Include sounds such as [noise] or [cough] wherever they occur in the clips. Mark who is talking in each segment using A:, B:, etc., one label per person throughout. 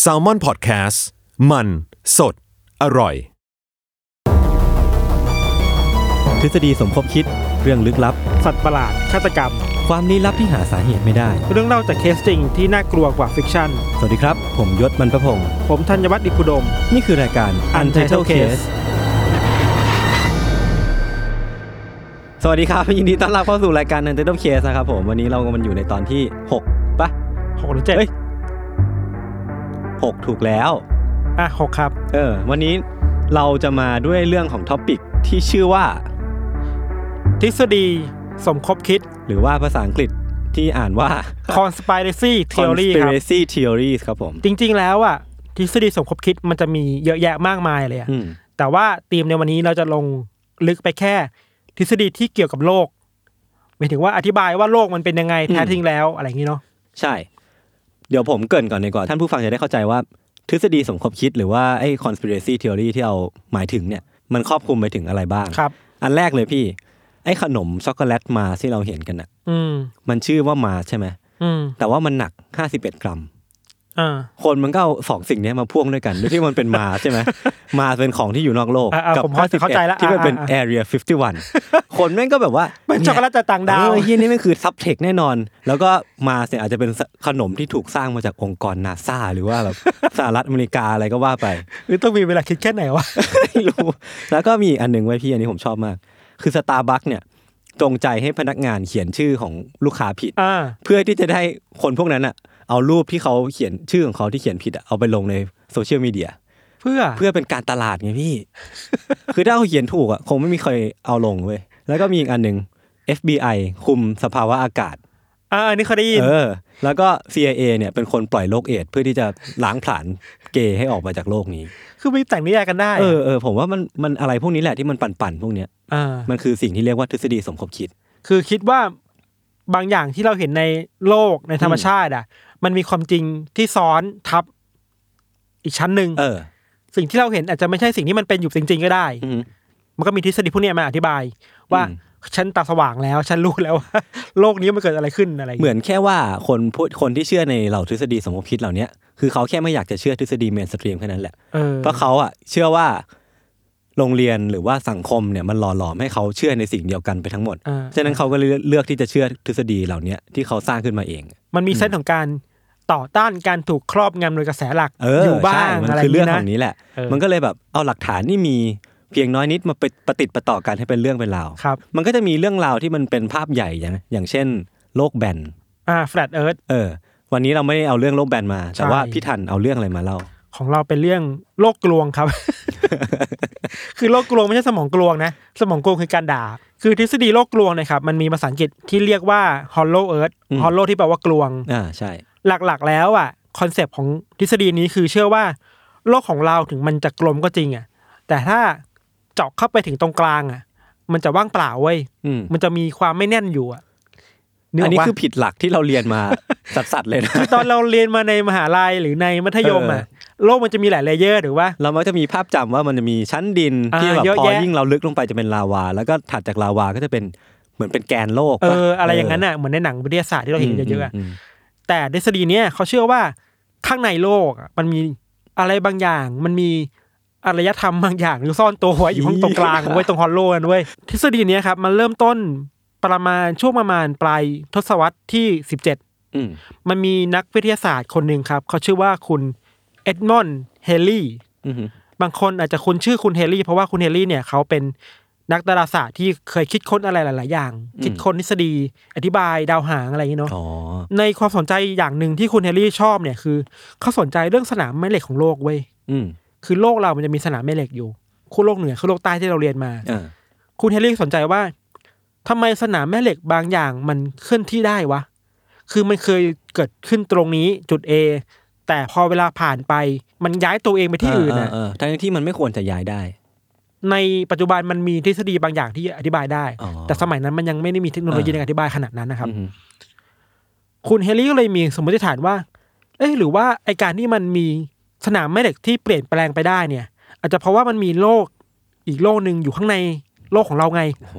A: แซลมอนพอดแคสต์มันสดอร่อย
B: ทฤษฎีสมคบคิดเรื่องลึกลับ
C: สัตว์ประหลาด ฆาตกรรม
B: ความลี้ลับที่หาสาเหตุไม่ได้
C: เรื่องเล่าจากเคสจริงที่น่ากลัวกว่าฟิกชั่น
B: สวัสดีครับ ผมยศมันประพงศ์
C: ผมธัญวัฒน์อิพุดม
B: นี่คือรายการ Untitled Case สวัสดีครับ ยินดีต้อนรับเข้าสู่รายการ Untitled Case นะครับผม วันนี้เรามันอยู่ในตอนที่ 6ปะ
C: หกหรือเจ็ด
B: เฮ้ย 6 ถูกแล้ว
C: อ่ะหกครับ
B: เออ วันนี้เราจะมาด้วยเรื่องของท็อปิกที่ชื่อว่า
C: ทฤษฎีสมคบคิด
B: หรือว่าภาษาอังกฤษที่อ่านว่า
C: conspiracy theory ครับ
B: conspiracy theories ครับผม
C: จริง ๆ แล้วอ่ะทฤษฎีสมคบคิดมันจะมีเยอะแยะมากมายเลยอะ
B: อืม
C: แต่ว่าธีมในวันนี้เราจะลงลึกไปแค่ ทฤษฎีที่เกี่ยวกับโลกหมายถึงว่าอธิบายว่าโลกมันเป็นยังไงแท้จริงแล้วอะไรอย่างนี้เนาะ
B: ใช่ เดี๋ยวผมเกรินก่อนดีกว่าท่านผู้ฟังจะได้เข้าใจว่า ทฤษฎีสมคบคิดหรือว่าไอ้ conspiracy theory ที่เราหมายถึงเนี่ย มันครอบคลุมไปถึงอะไรบ้าง
C: ครับ
B: อันแรกเลยพี่ ไอ้ขนมช็อกโกแลตมาที่เราเห็นกันน่ะ
C: อืม
B: มันชื่อว่ามาใช่ไหม
C: อืม
B: แต่ว่ามันหนัก 51 กรัม
C: อ่า
B: คนมันก็เอาสองสิ่งเนี้ยมาพ่วงด้วยกันด้วยที่มันเป็นมาใช่ไห
C: [laughs]
B: ม มาเป็นของที่อยู่นอกโลก
C: อ่ะอ่ะ
B: กั
C: ผมเข้า
B: 51
C: เข้าใจละ
B: ที่มันเป็น
C: อ่ะอ่ะ
B: area 51 คนแม่งก็แบบว่า
C: เป็นช็อกโกแลตจากต่างดาว
B: เออเฮียนี่แม่งคือซับเทคแน่นอน แล้วก็มาเนี่ยอาจจะเป็นขนมที่ถูกสร้างมาจากองค์กรนาซาหรือว่าแบบ สหรัฐอเมริกาอะไรก็ว่าไป [laughs]
C: หรือต้องมีเวลาคิดแค่ไหนวะ
B: ไม่รู้ แล้วก็มีอีกอันหนึ่งไว้พี่อันนี้ผมชอบมาก คือสตาร์บัคเนี่ยจงใจให้พนักงานเขียนชื่อของลูกค้าผิด
C: อ่า
B: เพื่อที่จะได้คนพวกนั้นอะเอารูปที่เขาเขียนชื่อของเขาที่เขียนผิดอะเอาไปลงในโซเชียลมีเดีย
C: เพื่อ
B: เพื่อเป็นการตลาดไงพี่ [laughs] คือถ้าเขาเขียนถูกอ่ะคงไม่มีใครเอาลงเว้ย แล้วก็มีอีกอันหนึ่ง FBI คุมสภาวะอากาศ
C: อ่าอันนี้เคยได้ยิน
B: เออ แล้วก็ CIA เนี่ยเป็นคนปล่อยโรคเอดส์เพื่อที่จะล้างผลาญเกย์ให้ออกมาจากโลกนี้
C: คือมีแต่งนิยายกันได้ะ
B: เออเออผมว่ามันมันอะไรพวกนี้แหละที่มันปั่นๆพวกเนี้ย
C: อ่า
B: มันคือสิ่งที่เรียกว่าทฤษฎีสมคบคิด
C: คือคิดว่าบางอย่างที่เราเห็นในโลกในธรรมชาติอ่ะ มันมีความจริงที่ซ้อนทับอีกชั้นหนึ่ง
B: เออ
C: สิ่งที่เราเห็นอาจจะไม่ใช่สิ่งที่มันเป็นอยู่จริง ๆ ก็ได้
B: อืม
C: มันก็มีทฤษฎีพวกเนี้ยมาอธิบาย ว่า
B: อืม
C: ฉันตาสว่างแล้ว ฉันรู้แล้วว่า โลกนี้มันเกิดอะไรขึ้นอะไรอย่าง
B: เหมื
C: เงี้ย
B: อนแค่ว่าคนพูดคนที่เชื่อในเหล่าทฤษฎีสมคบคิดเหล่าเนี้ยคือเขาแค่ไม่อยากจะเชื่อทฤษฎีเมนสตรีมแค่นั้นแหละ
C: เออ
B: เพราะเขาอะเชื่อว่าโรงเรียนหรือว่าสังคมเนี่ยมันหล่อหลอมให้เขาเชื่อในสิ่งเดียวกันไปทั้งหมด
C: อ่า
B: ฉะนั้นเขาก็เลยเลือกที่จะเชื่อทฤษฎีเหล่าเนี้ยที่เขาสร้างขึ้นมาเอง
C: มันมีเส้นของการต่อต้านการถูกครอบงำโดยกระแสหลัก
B: เออ
C: อยู่บ้า
B: ใช่
C: ง
B: มัน
C: อะไร
B: คือเรื่องข
C: นะ
B: องนี้แหละ
C: เออ
B: มันก็เลยแบบเอาหลักฐานที่มีเพียงน้อยนิดมาไปประติดประต่อกันให้เป็นเรื่องเป็นราว
C: ครับ
B: มันก็จะมีเรื่องราวที่มันเป็นภาพใหญ่อย่างอย่างเช่น โลกแบน
C: อ่า flat earth
B: เออ วันนี้เราไม่ได้เอาเรื่องโลกแบนมา แต่ว่าพี่ทันเอาเรื่องอะไรมาเล่า
C: ของเราเป็นเรื่องโลกกลวงครับ [laughs] คือโลกกลวงไม่ใช่สมองกลวงนะ สมองกลวงคือการด่า คือทฤษฎีโลกกลวงเนะครับ มันมีภาษาอังกฤษที่เรียกว่า hollow earth
B: อืม
C: hollow ที่แปลว่ากลวง
B: อ่าใช่
C: หลักๆ แล้วอ่ะคอนเซปต์ของทฤษฎีนี้คือเชื่อว่า โลกของเราถึงมันจะกลมก็จริงอ่ะ แต่ถ้าเจาะเข้าไปถึงตรงกลางอ่ะ มันจะว่างเปล่าเว้ย
B: อืม
C: มันจะมีความไม่แน่นอยู่อ่ะก
B: อันนี้
C: กปะ
B: คือผิดหลักที่เราเรียนมา สัดๆเลยนะ
C: [laughs] คือตอนเราเรียนมาในมหาลัยหรือในมัธยมอ่ะ โลกมันจะมีหลายเลเยอร์หรือว่า
B: เรามักจะมีภาพจำว่ามันจะมีชั้นดิน
C: อ่า
B: ที่แบบ
C: เยอะ
B: พอ
C: แยะ
B: ยิ่งเราลึกลงไปจะเป็นลาวา แล้วก็ถัดจากลาวาก็จะเป็นเหมือนเป็นแกนโลก
C: เอ
B: ป
C: ออะไรอย่างนั้นน่ะเหมือนในหนังวิทยาศาสตร์ที่เราเห็นเยอะๆอะ
B: ม
C: แต่ทฤษฎีเนี้ยเขาเชื่อว่าข้างในโลกอะมันมีอะไรบางอย่าง มันมีอารยธรรมบางอย่างอยู่ซ่อนตัวไว้อยู่ข้างตรงกลางไว้ยตรงฮอลโลนั่นเว้ยทฤษฎีเนี้ยครับมันเริ่มต้นประมาณช่วงประมาณปลายทศวรรษที่
B: อื อืม
C: มันมีนักวิทยาศาสตร์คนหนึ่งครับ เขาชื่อว่าคุณเอ็ดมอนด์เฮลลี่
B: อือหือบ
C: างคนอาจจะคุ้นชื่อคุณเฮลลี่ เพราะว่าคุณเฮลลี่เนี่ยเขาเป็นนักดาราศาสตร์ที่เคยคิดค้นอะไรหลาย ๆ อย่าง คิดค้นทฤษฎี อธิบายดาวหางอะไรอย่างเงี้ยเนาะ
B: อ๋อ
C: ในความสนใจอย่างหนึ่งที่คุณเฮลลี่ชอบเนี่ยคือเขาสนใจเรื่องสนามแม่เหล็กของโลกเว้ย
B: อืม
C: คือโลกเรามันจะมีสนามแม่เหล็กอยู่คู่โลกเหนือคู่โลกใต้ที่เราเรียนมา
B: อ่า
C: คุณเฮลลี่สนใจว่าทำไมสนามแม่เหล็กบางอย่างมันเคลื่อนที่ได้วะ คือมันเคยเกิดขึ้นตรงนี้จุด A แต่พอเวลาผ่านไปมันย้ายตัวเองไปที่อื่นนะ
B: เเทั้งที่มันไม่ควรจะย้ายได้
C: ในปัจจุบันมันมีทฤษฎีบางอย่างที่อธิบายได้
B: อ๋อ
C: แต่สมัยนั้นมันยังไม่ได้มีเทคโนโลยีในการอธิบายขนาดนั้นนะครับ
B: อือหือ
C: คุณเฮลลี่ก็เลยมีสมมติฐานว่า เอ๊ะหรือว่าไอการที่มันมีสนามแม่เหล็กที่เปลี่ยนแปลงไปได้เนี่ย อาจจะเพราะว่ามันมีโลกอีกโลกหนึ่งอยู่ข้างในโลกของเราไง
B: โอ้โห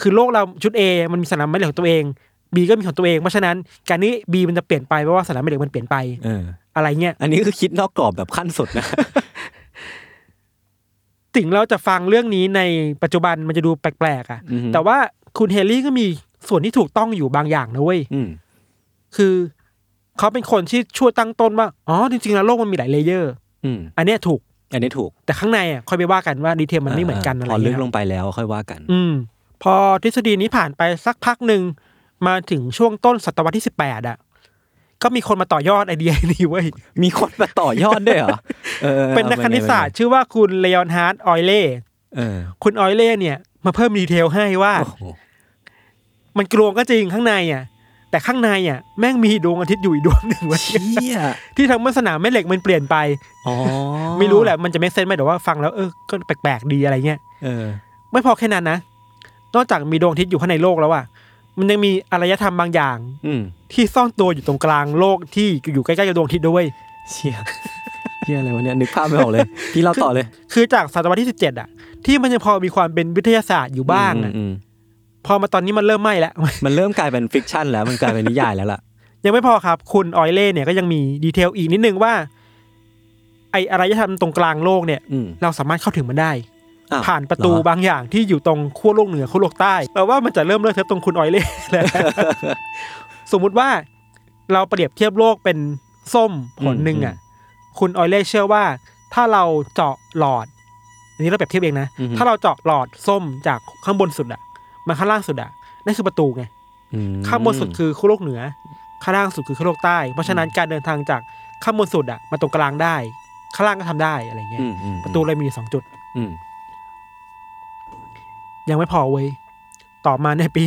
C: คือโลกเราชุด A มันมีสนามแม่เหล็กของตัวเอง B ก็มีของตัวเอง เพราะฉะนั้นการนี้ B มันจะเปลี่ยนไปเพราะว่าสนามแม่เหล็กมันเปลี่ยนไป
B: เออ
C: อะไรเงี้ย
B: อันนี้คือคิดนอกกรอบแบบขั้นสุดนะ
C: ถึงเราจะฟังเรื่องนี้ในปัจจุบันมันจะดูแปลกๆอะ่ะ
B: อือฮึ
C: แต่ว่าคุณเฮลลี่ก็มีส่วนที่ถูกต้องอยู่บางอย่างนะเว้ย
B: อืม
C: คือเขาเป็นคนที่ช่วยตั้งต้นว่า อ๋อ จริงๆแล้วโลกมันมีหลายเลเยอร์
B: อืม
C: อันเนี้ยถูก
B: อันนี้ถูก
C: แต่ข้างในอ่ะค่อยไปว่ากันว่าดีเทลมันไม่เหมือนกันอะไร
B: พอลึ
C: เงี้
B: ก
C: ย
B: ลงไปแล้วค่อยว่ากัน
C: อืม พอทฤษฎีนี้ผ่านไปสักพักหนึ่งมาถึงช่วงต้นศตวรรษที่สิบแปดอ่ะ ก็มีคนมาต่อยอดไอเดีย [laughs] นี้เว้ย
B: มีคนมาต่อยอดด้วยเหรอออ
C: [laughs] เป็นนักคณิตศาสตร์ชื่อว่าคุณเล o n นฮาร์ดออยเล่
B: เออ
C: คุณออยเล่เนี่ย มาเพิ่มดีเทลให้ว่า
B: โอ้โห
C: มันกลวงก็จริงข้างในอ่ะ แต่ข้างในอ่ะแม่งมีดวงอาทิตย์อยู่อีกดวงหนึ่งเว้ย [laughs]
B: เชี่ย
C: ที่ทำให้สนามแม่เหล็กมันเปลี่ยนไป
B: อ๋อ
C: ไม่รู้แหละมันจะไม่เซนไหมแต่ว่าฟังแล้วเออก็แปลกๆดีอะไรเงี้ย
B: เออ
C: ไม่พอแค่นั้นนะ นอกจากมีดวงอาทิตย์อยู่ข้างในโลกแล้วอ่ะ มันยังมีอารยธรรมบางอย่าง
B: อืม
C: ที่ซ่อนตัวอยู่ตรงกลางโลกที่อยู่ใกล้ๆกับดวงอาทิตย์ด้วย
B: เชี่ยเชี่ยอะไรวะเนี่ยนึกภาพไม่ออก
C: [laughs]
B: เลย พี่เล่าต่อเลย
C: คือจากศตวรรษที่สิบเจ็ดอ่ะ ที่มันยังพอมีความเป็นวิทยาศาสตร์อยู่บ้าง
B: อื
C: อะ
B: มอืม
C: พอมาตอนนี้มันเริ่มไม่แล้ว [laughs]
B: มันเริ่มกลายเป็นฟิกชันแล้วมันกลายเป็นนิยายแล้วล่ะ
C: ยังไม่พอครับ คุณออยเล่เนี่ยก็ยังมีดีเทลอีกนิดนึงว่า ไออารยธรรมตรงกลางโลกเนี่ย
B: อืม
C: เราสามารถเข้าถึงมันได้
B: อ้ว
C: ผ่านประตู
B: เหอ
C: บางอย่างที่อยู่ตรงขั้วโลกเหนือขั้วโลกใต้แปลว่ามันจะเริ่มเลิกเทอะตรงคุณออยเล่ [laughs] แล้ว สมมุติว่าเราเปรียบเทียบโลกเป็นส้มผลหนึ่งอ่ะ คุณออยเล่เชื่อว่า ถ้าเราเจาะหลอด อันนี้เราเปรียบเทียบเองนะ
B: อือฮึ
C: ถ้าเราเจาะหลอดส้มจากข้างบนสุดอ่ะมาข้างล่างสุดอ่ะนั่นคือประตูไง
B: อืม
C: ข้างบนสุดคือขั้วโลกเหนือ ข้างล่างสุดคือขั้วโลกใต้ เพราะฉะนั้นการเดินทางจากข้างบนสุดอะมาตรงกลางได้ ข้างล่างก็ทำได้อะไรเงี้ย
B: มอืม
C: ประตูเลยมีสองจุด
B: อืม
C: ยังไม่พอเว้ย ต่อมาในปี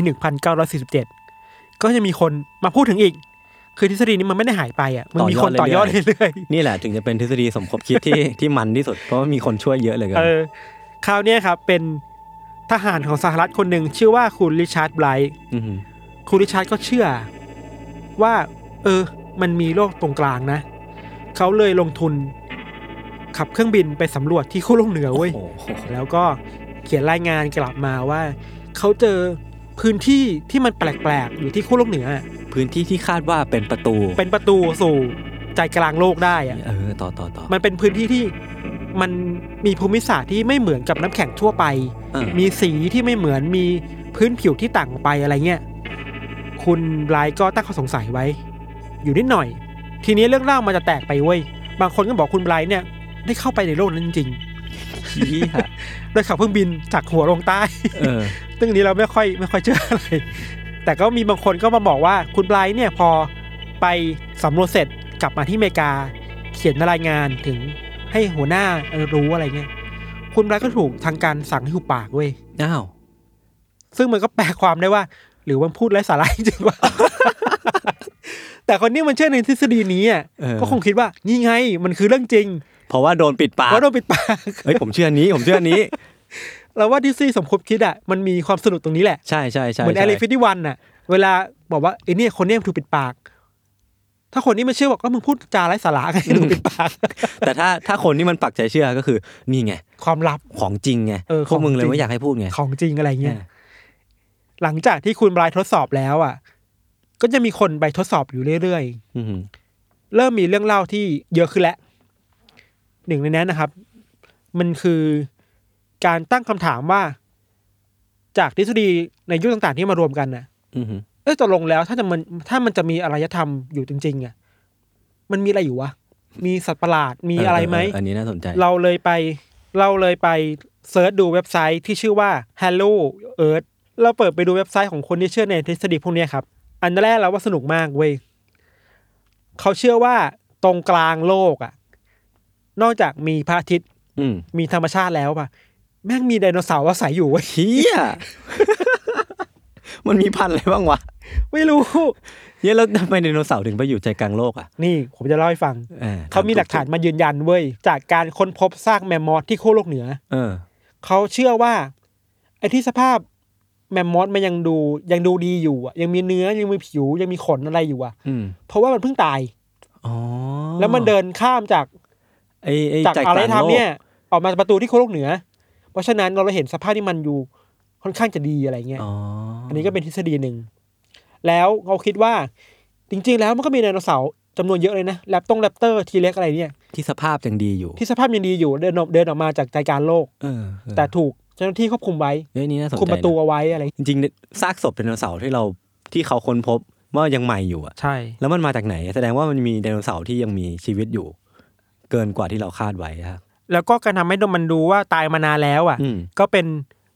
C: 1947 ก็จะมีคนมาพูดถึงอีก คือทฤษฎีนี้มันไม่ได้หายไปอะมันมีคนต่อยอดเรื่อย
B: นี่แหละถึงจะเป็นทฤษฎีสมคบคิดที่ [laughs] ที่มันที่สุดเพราะว่ามีคนช่วยเยอะเหลยกั
C: ๆ เออ คราวเนี้ยครับ เป็นทหารของสหรัฐคนหนึ่งชื่อว่าคุณริชาร์ดไบรท์
B: อหือ
C: คุณริชาร์ดก็เชื่อว่า เออ มันมีโลกตรงกลางนะ เขาเลยลงทุน ขับเครื่องบินไปสำรวจที่ [laughs] ขั้วโลกเหนือเว้ย
B: โอ้โห
C: แล้วก็เขียนรายงานกลับมาว่า เขาเจอพื้นที่ที่มันแปลกๆ อยู่ที่ขั้วโลกเหนือ
B: พื้นที่ที่คาดว่าเป็นประตู
C: เป็นประตูสู่ใจกลางโลกได้อะ
B: เออต่อต่อต่อ
C: มันเป็นพื้นที่ที่มันมีภูมิศาสตร์ที่ไม่เหมือนกับน้ำแข็งทั่วไป
B: อ่า
C: มีสีที่ไม่เหมือนมีพื้นผิวที่ต่างออกไปอะไรเงี้ย คุณไลท์ก็ตั้งข้อสงสัยไว้ อยู่นิดหน่อย ทีนี้เรื่องเล่ามันจะแตกไปเว้ย บางคนก็บอกคุณไลท์เนี่ย ได้เข้าไปในโลกนั้นจริง
B: ชี้ค่ะ
C: ๆโดยขับเครื่องบินจากหัวลงใต้
B: เออ
C: ซึ่งอันนี้เราไม่ค่อยไม่ค่อยเชื่ออะไร [laughs] แต่ก็มีบางคนก็มาบอกว่าคุณไบรท์เนี่ยพอไปสำรวจเสร็จกลับมาที่อเมริกา เขียนรายงานถึงให้หัวหน้ารู้อะไรเงี้ย คุณไบรท์ก็ถูกทางการสั่งให้หุบปากเว้ย
B: อ้าว
C: ซึ่งมันก็แปลความได้ว่า หรือว่าพูดไร้สาระจริงๆว่า [laughs] แต่คนนี้มันเชื่อในทฤษฎีนี้อ่ะ
B: เออ
C: ก็คงคิดว่านี่ไงมันคือเรื่องจริง
B: เพราะว่าโดนปิดปาก
C: เพราะโดนปิดปาก [laughs]
B: เฮ้ยผมเชื่ออันนี้ ผมเชื่ออันนี้
C: เราว่าทฤษฎีสมคบคิดอ่ะมันมีความสนุกตรงนี้แหละ
B: ใช่ใช่ใช่
C: เหมือนแอ
B: ใช่
C: ลิฟิตี้วันน่ะ เวลาบอกว่าไอ้เนี่ยคนเนี่ยมันถูกปิดปาก ถ้าคนนี้ไม่เชื่อบอกก็มึงพูดจาไร้สาระไงถูกปิดปาก [laughs]
B: แต่ถ้าถ้าคนที่มันปักใจเชื่อก็คือ นี่ไง
C: ความ
B: [laughs]
C: ลับ
B: ของจริงไง
C: เออ
B: พวกมึงเลย
C: ของจริง
B: ไม่อยากให้พูดไง
C: ของจริงอะไรเงี้ย
B: เออ
C: หลังจากที่คุณไบรท์ทดสอบแล้วอ่ะ ก็จะมีคนไปทดสอบอยู่เรื่อย
B: อือหือ
C: ๆ เริ่มมีเรื่องเล่าที่เยอะขึ้นแล้วหนึ่งในนั้นนะครับ มันคือการตั้งคำถามว่า จากทฤษฎีในยุคต่างๆที่มารวมกันน่ะ
B: อือหือ
C: เอ้ยตกลงแล้วถ้าจะมันถ้ามันจะมีอารยธรรมอยู่จริง ๆอ่ะมันมีอะไรอยู่วะมีสัตว์ประหลาดมีอะไรไหม
B: เเอออันนี้น่าสนใจ
C: เราเลยไปเราเลยไปเซิร์ชดูเว็บไซต์ที่ชื่อว่า Hello Earth เราเปิดไปดูเว็บไซต์ของคนที่เชื่อในทฤษฎีพวกเนี้ยครับ อันแรกเราว่าสนุกมากเว้ยเขาเชื่อว่าตรงกลางโลกอะนอกจากมีพระอาทิตย์
B: อืม
C: มีธรรมชาติแล้วป่ะ แม่งมีไดโนเสาร์อาศัยอยู่เว้ย
B: เฮีย มันมีพันธุ์อะไรบ้างวะ
C: ไม่รู้
B: เหี้ยแล้วทำไมไดโนเสาร์ถึงไปอยู่ใจกลางโลกอ่ะ
C: นี่ผมจะเล่าให้ฟัง
B: อ่
C: เขามีหลักฐานมายืนยันเว้ย จากการค้นพบซากแมมมอสที่ขั้วโลกเหนือ
B: เออ
C: เขาเชื่อว่า ไอ้ที่สภาพแมมมอสมันยังดูยังดูดีอยู่อะยังมีเนื้อยังมีผิวยังมีขนอะไรอยู่อะ
B: อืม
C: เพราะว่ามันเพิ่งตาย
B: อ๋อ
C: แล้วมันเดินข้ามจาก
B: ไอ้ไอ้
C: จาก
B: ใจก
C: อะไร
B: ลาง
C: ทำ
B: โล
C: เนี่
B: ก
C: ย ออกมาประตูที่โคโลกเหนือ เพราะฉะนั้นเราเลยเห็นสภาพที่มันอยู่ค่อนข้างจะดีอะไรเงี้ย
B: อ๋อ
C: อั
B: อั
C: นนี้ก็เป็นทฤษฎีหนึ่ง แล้วเขาคิดว่า จริง ๆ แล้วมันก็มีไดโนเสาร์จำนวนเยอะเลยนะแรปตงแรปเตอร์ทีเล็กอะไรเนี่ย
B: ที่สภาพยังดีอยู่
C: ที่สภาพยังดีอยู่เดินออกเดินออกมาจากใจกลางโลก
B: เออเออ
C: แต่ถูกเจ้าหน้าที่ควบคุมไว้
B: เฮ้ยนี่น่าสนใจ
C: คุมประตู
B: น
C: เอาไว้อะไร
B: จริงๆซากศพไดโนเสาร์ที่เราที่เขาค้นพบว่ายังใหม่อยู่อ่ะ
C: ใช่
B: แล้วมันมาจากไหน แสดงว่ามันมีไดโนเสาร์ที่ยังมีชีวิตอยู่ เกินกว่าที่เราคาดไว้ครับ
C: แล้วก็การทำให้มันดูว่าตายมานานแล้วอ่ะ
B: อืม
C: ก็เป็น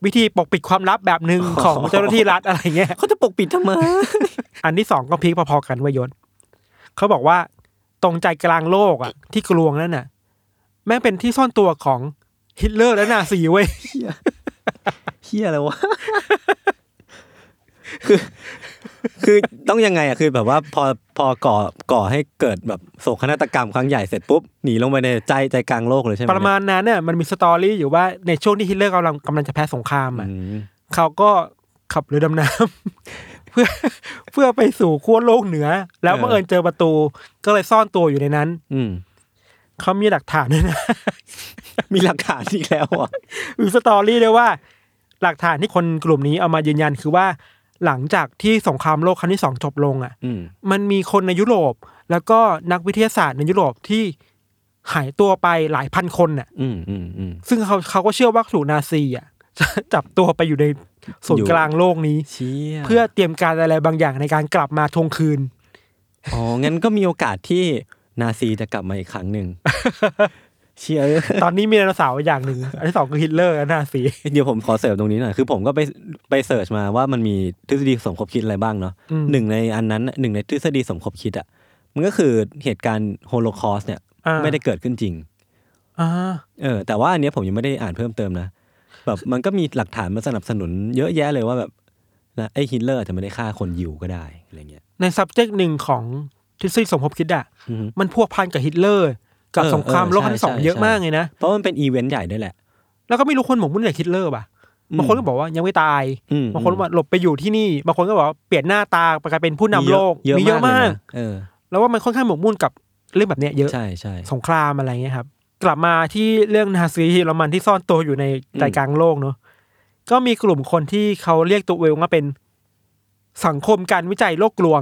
C: วิธีปกปิดความลับแบบหนึ่งของเจ้าหน้าที่รัฐอะไรเงี้ย [laughs]
B: เขาจะปกปิดทำไม
C: อันที่สองก็พีคพอๆกันเวยยศเขาบอกว่าตรงใจกลางโลกอ่ะ ที่กลวงนั่นน่ะ แม่งเป็นที่ซ่อนตัวของฮิตเลอร์และนาซีเว้ย
B: [laughs] เฮียอะไรว [laughs] ะ คือ คือต้องยังไงอ่ะ คือแบบว่าพอพอก่อก่อให้เกิดแบบโศกนาฏกรรมครั้งใหญ่เสร็จปุ๊บ หนีลงไปในใจใจกลางโลกเลยใช่ไหม
C: ประมาณนั้นน่ะมันมีสตอรี่อยู่ว่าในช่วงที่ฮิตเลอร์กำลังกำลังจะแพ้สงคราม
B: อื
C: อ่ะ
B: ม
C: เขาก็ขับเรือดำน้ำ [laughs] เพื่อเพื่อไปสู่ขั้วโลกเหนือ แล้วบังเอิญเจอประตูก็เลยซ่อนตัวอยู่ในนั้น
B: อืม
C: เขามีหลักฐานด้วยนะ [laughs]
B: มีหลักฐานอีกแล้วอ่ะ
C: มีสตอรี่ด้วยว่า หลักฐานที่คนกลุ่มนี้เอามายืนยันคือว่า หลังจากที่สงครามโลกครั้งที่สองจบลงอ่ะ
B: อืม
C: มันมีคนในยุโรป แล้วก็นักวิทยาศาสตร์ในยุโรปที่หายตัวไปหลายพันคนน่ะ
B: อืมอืมอืม
C: ซึ่งเขาเขาก็เชื่อว่าถูกนาซีอ่ะ [laughs] จับตัวไปอยู่ในศูนย์กลางโลกนี้
B: เชี่ย
C: เพื่อเตรียมการอะไรบางอย่างในการกลับมาทวงคืน
B: อ๋อ งั้นก็มีโอกาสที่นาซีจะกลับมาอีกครั้ง
C: [laughs]
B: หนึ่ง เชี่ย
C: ตอนนี้มีไดโนเสาร์อย่างหนึ่งอันที่สองคือฮิตเลอร์และนาซี
B: เดี๋ยวผมขอเสริมตรงนี้หน่อย คือผมก็ไปไปเสิร์ชมาว่ามันมีทฤษฎีสมคบคิดอะไรบ้างเนาะ
C: อืม
B: หนึ่งในอันนั้นน่ะหนึ่งในทฤษฎีสมคบคิดอ่ะ มันก็คือเหตุการณ์โฮโลคอสต์เนี่ย
C: อ่า
B: ไม่ได้เกิดขึ้นจริง
C: อ่า
B: เออ แต่ว่าอันเนี้ยผมยังไม่ได้อ่านเพิ่มเติมนะ แบบมันก็มีหลักฐานมาสนับสนุนเยอะแยะเลยว่าแบบนะไอ้ฮิตเลอร์อาจจะไม่ได้ฆ่าคนยิวก็ได้อะไรเงี้ย
C: ใน subject หนึ่งของทฤษฎีสมคบคิดอ่ะ
B: อือฮึ
C: มันพัวพันกับฮิตเลอร์ กับ
B: เออ
C: สงครามโลกครั้งที่สอ
B: ใช่
C: ง
B: ใช่
C: เยอะมากเลยนะ
B: เพราะมันเป็นอีเวนต์ใหญ่ด้วยแหละ
C: แล้วก็ไม่รู้คนหมกมุ่นกับฮิตเลอร์ป่ะ
B: อืม
C: บางคนก็บอกว่ายังไม่ตาย
B: อืม
C: บางคนว่าหลบไปอยู่ที่นี่ บางคนก็บอกว่าเปลี่ยนหน้าตาไปกลายเป็นผู้นำโลก
B: เยอะ
C: มีเยอะ
B: มาก
C: มา
B: เลย
C: ก
B: นะเออ
C: แล้วว่ามันค่อนข้างหมกมุ่นกับเรื่องแบบเนี้ยเยอะ
B: ใช่ใช่
C: สงครามอะไรเงี้ยครับ กลับมาที่เรื่องนาซีเยอรมันที่ซ่อนตัวอยู่ในใจ
B: อืม
C: กลางโลกเนอะก็มีกลุ่มคนที่เขาเรียกตัวเองว่าเป็นสังคมการวิจัยโลกลวง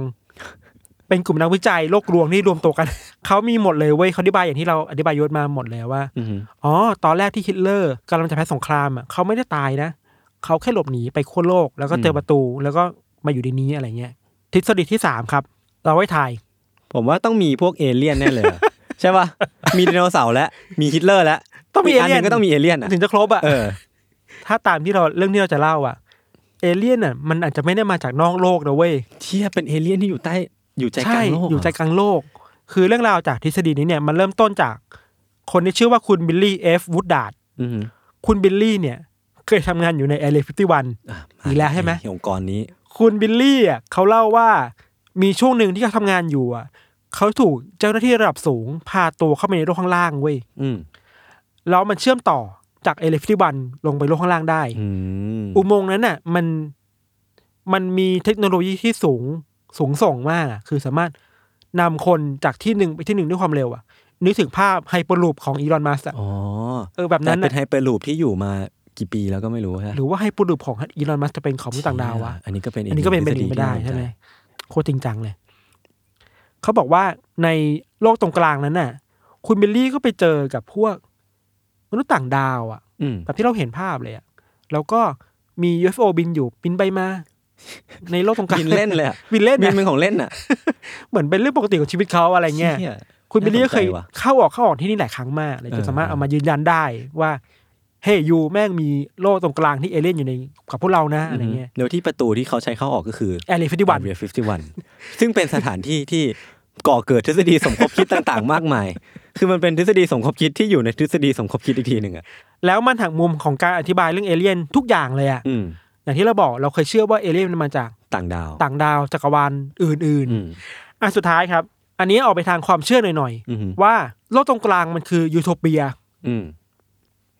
C: เป็นกลุ่มนักวิจัยโลกลวงที่รวมตัวกัน [laughs] เขามีหมดเลยเว้ยเขาอธิบายอย่างที่เราอธิบายยศมาหมดเลยว่า
B: อือฮึ
C: อ๋อ ตอนแรกที่ฮิตเลอร์กำลังจะแพ้สงครามอ่ะเขาไม่ได้ตายนะ เขาแค่หลบหนีไปขั้วโลก แล้วก็เจอประตู แล้วก็มาอยู่ในนี้อะไรเงี้ย ทฤษฎีที่สามครับ เราไว้ถ่าย
B: ผมว่าต้องมีพวกเอเลี่ยนแน่เลย
C: [laughs]
B: อะ ใช่ป่ะ มีไดโนเสาร์แล้วมีฮิตเลอร์แล้ว
C: ต้องมี
B: กนห
C: เอเลี่ยน
B: นึ่งก็ต้องมีเอเลี่ยนอ่ะ
C: [laughs] ถึงจะครบอ่ะ
B: เออ
C: ถ้าตามที่เราเรื่องที่เราจะเล่าอ่ะ เอเลี่ยนอ่ะมันอาจจะไม่ได้มาจากนอกโลกนะเว้ย
B: เชี่ยเป็นเอเลี่ยนที่อยู่ใต้อยู่ใจก
C: ใช่
B: ลางโลกเหร
C: อยู่ใจกลางโลก คือเรื่องราวจากทฤษฎีนี้เนี่ยมันเริ่มต้นจากคนที่ชื่อว่าคุณบิลลี่เอฟวูดดาร์ด
B: อือหือ
C: คุณบิลลี่เนี่ย เคยทำงานอยู่ในเอเลฟิตี้วัน
B: อ่ะ
C: อีกแล้วใช่ไหม
B: อ้องค์กรนี้
C: คุณบิลลี่อ่ะเขาเล่าว่ามีช่วงหนึ่งที่เขาทำงานอยู่อ่ะเขาถูกเจ้าหน้าที่ระดับสูง พาตัวเข้าไปในโลกข้างล่างเว้ย
B: อืม
C: แล้วมันเชื่อมต่อจากเอเลฟิตี้วันลงไปโลกข้างล่างได้
B: อืม
C: อุโมงค์นั้นน่ะมันมันมีเทคโนโลยีที่สูงสูงส่งมากอะคือสามารถนำคนจากที่หนึ่งไปที่หนึ่งด้วยความเร็วอ่ะนึกถึงภาพไฮเปอร์ลูปของอีลอนมัส
B: อ๋อ
C: เออแบบ
B: แต่
C: นั้น
B: เป็
C: น่ะ
B: นไฮเปอร์ลูปที่อยู่มากี่ปีแล้วก็ไม่รู้ใช่
C: หรือว่าไฮเปอร์ลูปของอีลอนมัสจะเป็นของมนุษย์ต่างดาววะ
B: เชี่ยอันนี้ก็เป็น
C: อันนี้ก็เป็นเป็นหนึ่งไม่ได้ใช่ไหมโคตรจริงจังเลย เขาบอกว่าในโลกตรงกลางนั้นน่ะ คุณบิลลี่ก็ไปเจอกับพวกมนุษย์ต่างดาวอ่ะ
B: อืม
C: แบบที่เราเห็นภาพเลยอ่ะแล้วก็มี UFO บินอยู่บินไปมา ในโลกตรงกลา
B: [laughs]
C: ง
B: บินเล่นเลยอะ
C: [laughs] บินเล่น
B: บิน
C: นะ
B: เป็นของเล่นอ่ะ
C: เหมือนเป็นเรื่องปกติของชีวิตเขาอะไรเงี้ย
B: ชี่
C: คุณบิลลี่ก็เคย
B: น่าสนใจว่ะ
C: เข้าออกเข้าออกที่นี่หลายครั้งมากเลย
B: เอ
C: จ
B: อ
C: นสามารถเอามายืนยันได้ว่าเฮ้ยยูแม่งมีโล่ตรงกลางที่เอเลี่ยนอยู่ในกับพวกเรานะอะไรเงี้ย
B: เดี๋ยวที่ประตูที่เขาใช้เข้าออกก็คือ
C: แอร์เรฟิติวัน
B: Area 51 ซึ่งเป็นสถานที่ที่ก่อเกิดทฤษฎีสมคบคิดต่างๆ มากมาย คือมันเป็นทฤษฎีสมคบคิดที่อยู่ในทฤษฎีสมคบคิดอีกทีหนึ่งอ่ะ
C: แล้วมันหักมุมของการอธิบายเรื่องเอเลี่ยนทุกอย่างเลยอะ
B: อืม
C: อย่างที่เราบอกเราเคยเชื่อว่าเอเลี่ยนมันมาจาก
B: ต่างดาว
C: ต่างดาวจักรวาลอื่น
B: อืม
C: ๆอันสุดท้ายครับ อันนี้ออกไปทางความเชื่อหน่อย
B: อืม
C: ๆว่าโลกตรงกลางมันคือยูโทเปีย
B: อืม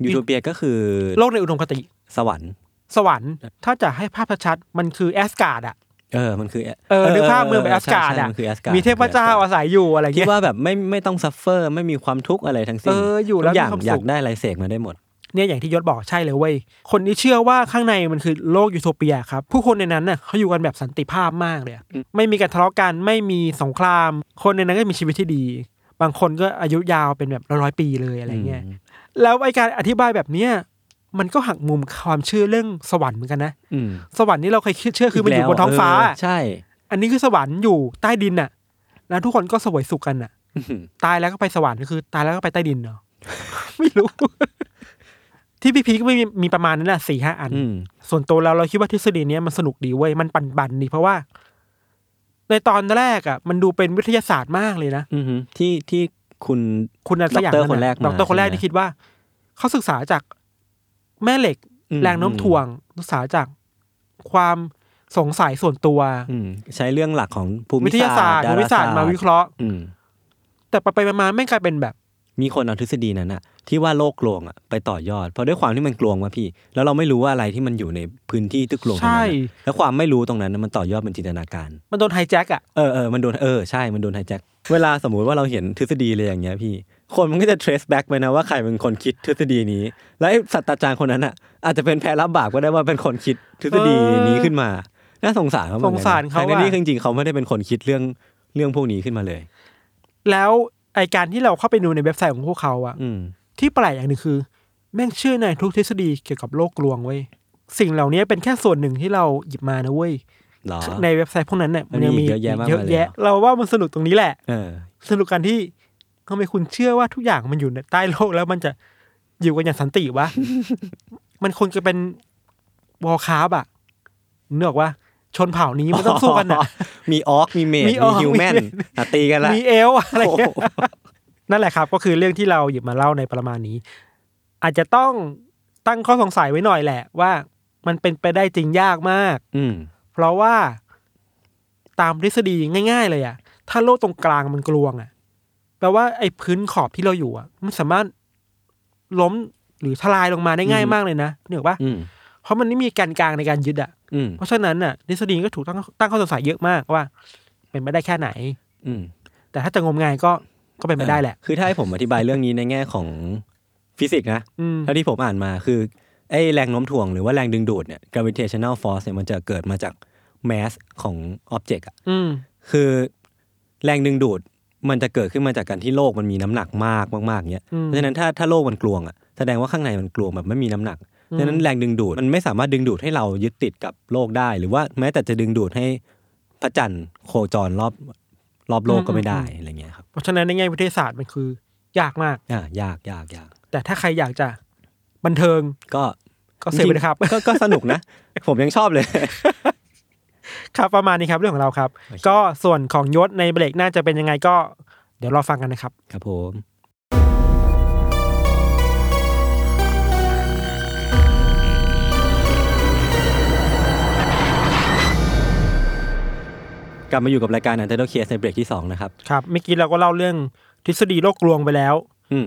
B: ยูโทเปียก็คือ
C: โลกในอุดมคติ
B: สวรรค์
C: สวรรค์ ถ้าจะให้ภาพชัดๆมันคือแอสการ์ดอะ
B: เออ มันคือ
C: เออนึกภาพเมืองแบบแอสการ์ด
B: ใช่
C: อะ
B: มันคือแอสการ์ด
C: มีเทพเจ้าอาศัยอยู่อะไร
B: ที่
C: เงี้ย
B: ว่าแบบไม่ไม่ต้องซัฟเฟอร์ ไม่มีความทุกข์อะไรทั้งสิ้น
C: เอออยู่แล้ว
B: ทุกอย่าง
C: มีความสุข
B: อยากได้อะไรเสกมาได้หมด
C: เนี่ยอย่างที่ยศบอกใช่เลยเว้ย คนที่เชื่อว่าข้างในมันคือโลกยูโทเปียครับ ผู้คนในนั้นน่ะเขาอยู่กันแบบสันติภาพมากเลยอะไม่มีการทะเลาะกันไม่มีสงคราม คนในนั้นก็มีชีวิตที่ดี บางคนก็อายุยาวเป็นแบบร้อยๆปีเลยอะไรเงี้ย
B: อืม
C: แล้วไอการอธิบายแบบเนี้ยมันก็หักมุมความเชื่อเรื่องสวรรค์เหมือนกันนะ
B: อืม
C: สวรรค์นี่เราเคยเชื่อคือมันอยู่บนท้องฟ้า
B: เใช่
C: อันนี้คือสวรรค์อยู่ใต้ดินน่ะ แล้วทุกคนก็เสวยสุขกันน่ะ ตายแล้วก็ไปสวรรค์คือ [laughs] ตายแล้วก็ไปใต้ดินเนาะ ไม่รู้ [laughs] ที่พี่พีก็ไม่มีมีประมาณนั้นแหละสี่ห้าอัน
B: อืม
C: ส่วนตัวเราเราคิดว่าทฤษฎีเนี้ยมันสนุกดีเว้ยมันปั่นๆดีเพราะว่า ในตอนแรกอ่ะ มันดูเป็นวิทยาศาสตร์มากเลยนะ
B: อืมที่ที่คุณ
C: คุณอะไรสักอย่าง
B: ดอกเตอร์คนแรกมา
C: ดอกเตอร์คนแรก
B: ใช่ไหม
C: ที่คิดว่า เขาศึกษาจากแม่เหล็ก
B: อืม
C: แรงโน้มถ่วงศึกษาจากความสงสัยส่วนตัว
B: อืมใช้เรื่องหลักของภูมิ
C: วิทยาศาสตร์
B: ด
C: ภูมิศาสตร์มาวิเคราะห์
B: อืม
C: แต่ไปๆมาๆไม่งกลายเป็นแบบ
B: มีคนเอาทฤษฎีนั้นอะที่ว่าโลกกลวงอะไปต่อยอด เพราะด้วยความที่มันกลวงมาพี่ แล้วเราไม่รู้ว่าอะไรที่มันอยู่ในพื้นที่ที่กลวงตรงนั้น
C: ใช่
B: อะแล้วความไม่รู้ตรงนั้นนะมันต่อยอดเป็นจินตนาการ
C: มันโดนไฮแจ็คอ่ะ
B: เออเออมันโดนเออใช่มันโดนไฮแจ็คเวลาสมมุติว่าเราเห็นทฤษฎีอะไรอย่างเงี้ยพี่ คนมันก็จะ trace back ไปนะว่าใครเป็นคนคิดทฤษฎีนี้ และไอ้ศาสัตราจารย์คนนั้นอ่ะอาจจะเป็นแพ้รับบาปก็ได้ว่าเป็นคนคิดทฤษฎีนี้ขึ้นมาน่าสงสารเขาเหมือนกันนะ
C: สงสารเขาอะ
B: ทั้ที่จริงๆเขาไม่ได้เป็นคนคิดเรื่องเรื่องพวกนี้ขึ้นมาเลย
C: แล้วไอการที่เราเข้าไปดูในเว็บไซต์ของพวกเขาอะ
B: อืม
C: ที่แปลกอย่างหนึ่งคือ แม่งเชื่อในทุกทฤษฎีเกี่ยวกับโลกลวงเว้ยสิ่งเหล่านี้เป็นแค่ส่วนหนึ่งที่เราหยิบมานะเว้ย
B: หรอ
C: ในเว็บไซต์พวกนั้นเนี่ย
B: มันมี
C: มี
B: เยอะแยะมากมาย
C: เยอะแยะ
B: เลยเหรอ
C: เราว่ามันสนุกตรงนี้แหละ
B: เออ
C: สนุกกันที่ทำไมคุณเชื่อว่าทุกอย่างมันอยู่ในใต้โลกแล้วมันจะอยู่กันอย่างสันติ
B: [laughs]
C: วะ มันควรจะเป็นวอลคาบอะเนืออกว่าชนเผ่านี้มันต้องสู้กันอะ
B: [laughs] มีออกมีเมด
C: มี
B: มี
C: orc
B: ฮิวแมน
C: มี mage
B: อ่ะตีกันละ
C: มีเอลอะไร
B: โอ้
C: เงี้ย
B: โห
C: นั่นแหละครับ ก็คือเรื่องที่เราหยิบมาเล่าในประมาณนี้ อาจจะต้องตั้งข้อสงสัยไว้หน่อยแหละ ว่ามันเป็นไปได้จริงยากมาก
B: อืม
C: เพราะว่าตามทฤษฎีง่าย ๆ เลยอะถ้าโลกตรงกลางมันกลวงอะแปลว่าไอ้พื้นขอบที่เราอยู่อะมันสามารถล้มหรือทลายลงมาได้ง่าย
B: อืม
C: มากเลยนะเนี่ยว่า
B: อืม
C: เพราะมันไม่มีแกนกลางในการยึดอะ
B: อืม
C: เพราะฉะนั้นน่ะทฤษฎีก็ถูกตั้งตั้งข้อสงสัยเยอะมากว่า เป็นไปได้แค่ไหน
B: อืม
C: แต่ถ้าจะงมงายก็ก็เป็นไปได้แหละ
B: คือถ้าให้ผมอธิบายเรื่องนี้ในแง่ของฟิสิกส์นะ
C: อืม
B: เท่าที่ผมอ่านมาคือไอ้แรงโน้มถ่วงหรือว่าแรงดึงดูดเนี่ย gravitational force เนี่ยมันจะเกิดมาจาก mass ของ object อะ
C: อืม
B: คือแรงดึงดูดมันจะเกิดขึ้นมาจากการที่โลกมันมีน้ำหนักมากมากๆเนี่ย
C: อืม
B: เพราะฉะนั้นถ้าถ้าโลกมันกลวงอะแสดงว่าข้างในมันกลวงแบบไม่มีน้ำหนัก เพราะฉะนั้นแรงดึงดูดมันไม่สามารถดึงดูดให้เรายึดติดกับโลกได้ หรือว่าแม้แต่จะดึงดูดให้พระจันทร์โคจรรอบรอบโลกก็ไม่ได้อะไรเงี้ยครับ
C: เพราะฉะนั้นในแง่วิทยาศาสตร์มันคือยากมาก
B: อ่ายากยากยาก
C: แต่ถ้าใครอยากจะบันเทิง
B: ก็
C: ก็เสพไปเลยครับ
B: ก็ก็สนุกนะ ผมยังชอบเลย
C: ครับประมาณนี้ครับเรื่องของเราครับ ก็ส่วนของยศในเบรกหน่าจะเป็นยังไงก็ เดี๋ยวรอฟังกันนะครับ
B: ครับผมกลับมาอยู่กับรายการ u n t i t l e d Case ในเบรกที่ 2 นะครับ
C: ครับเมื่อกี้เราก็เล่าเรื่องทฤษฎีโลกลวงไปแล้ว
B: อืม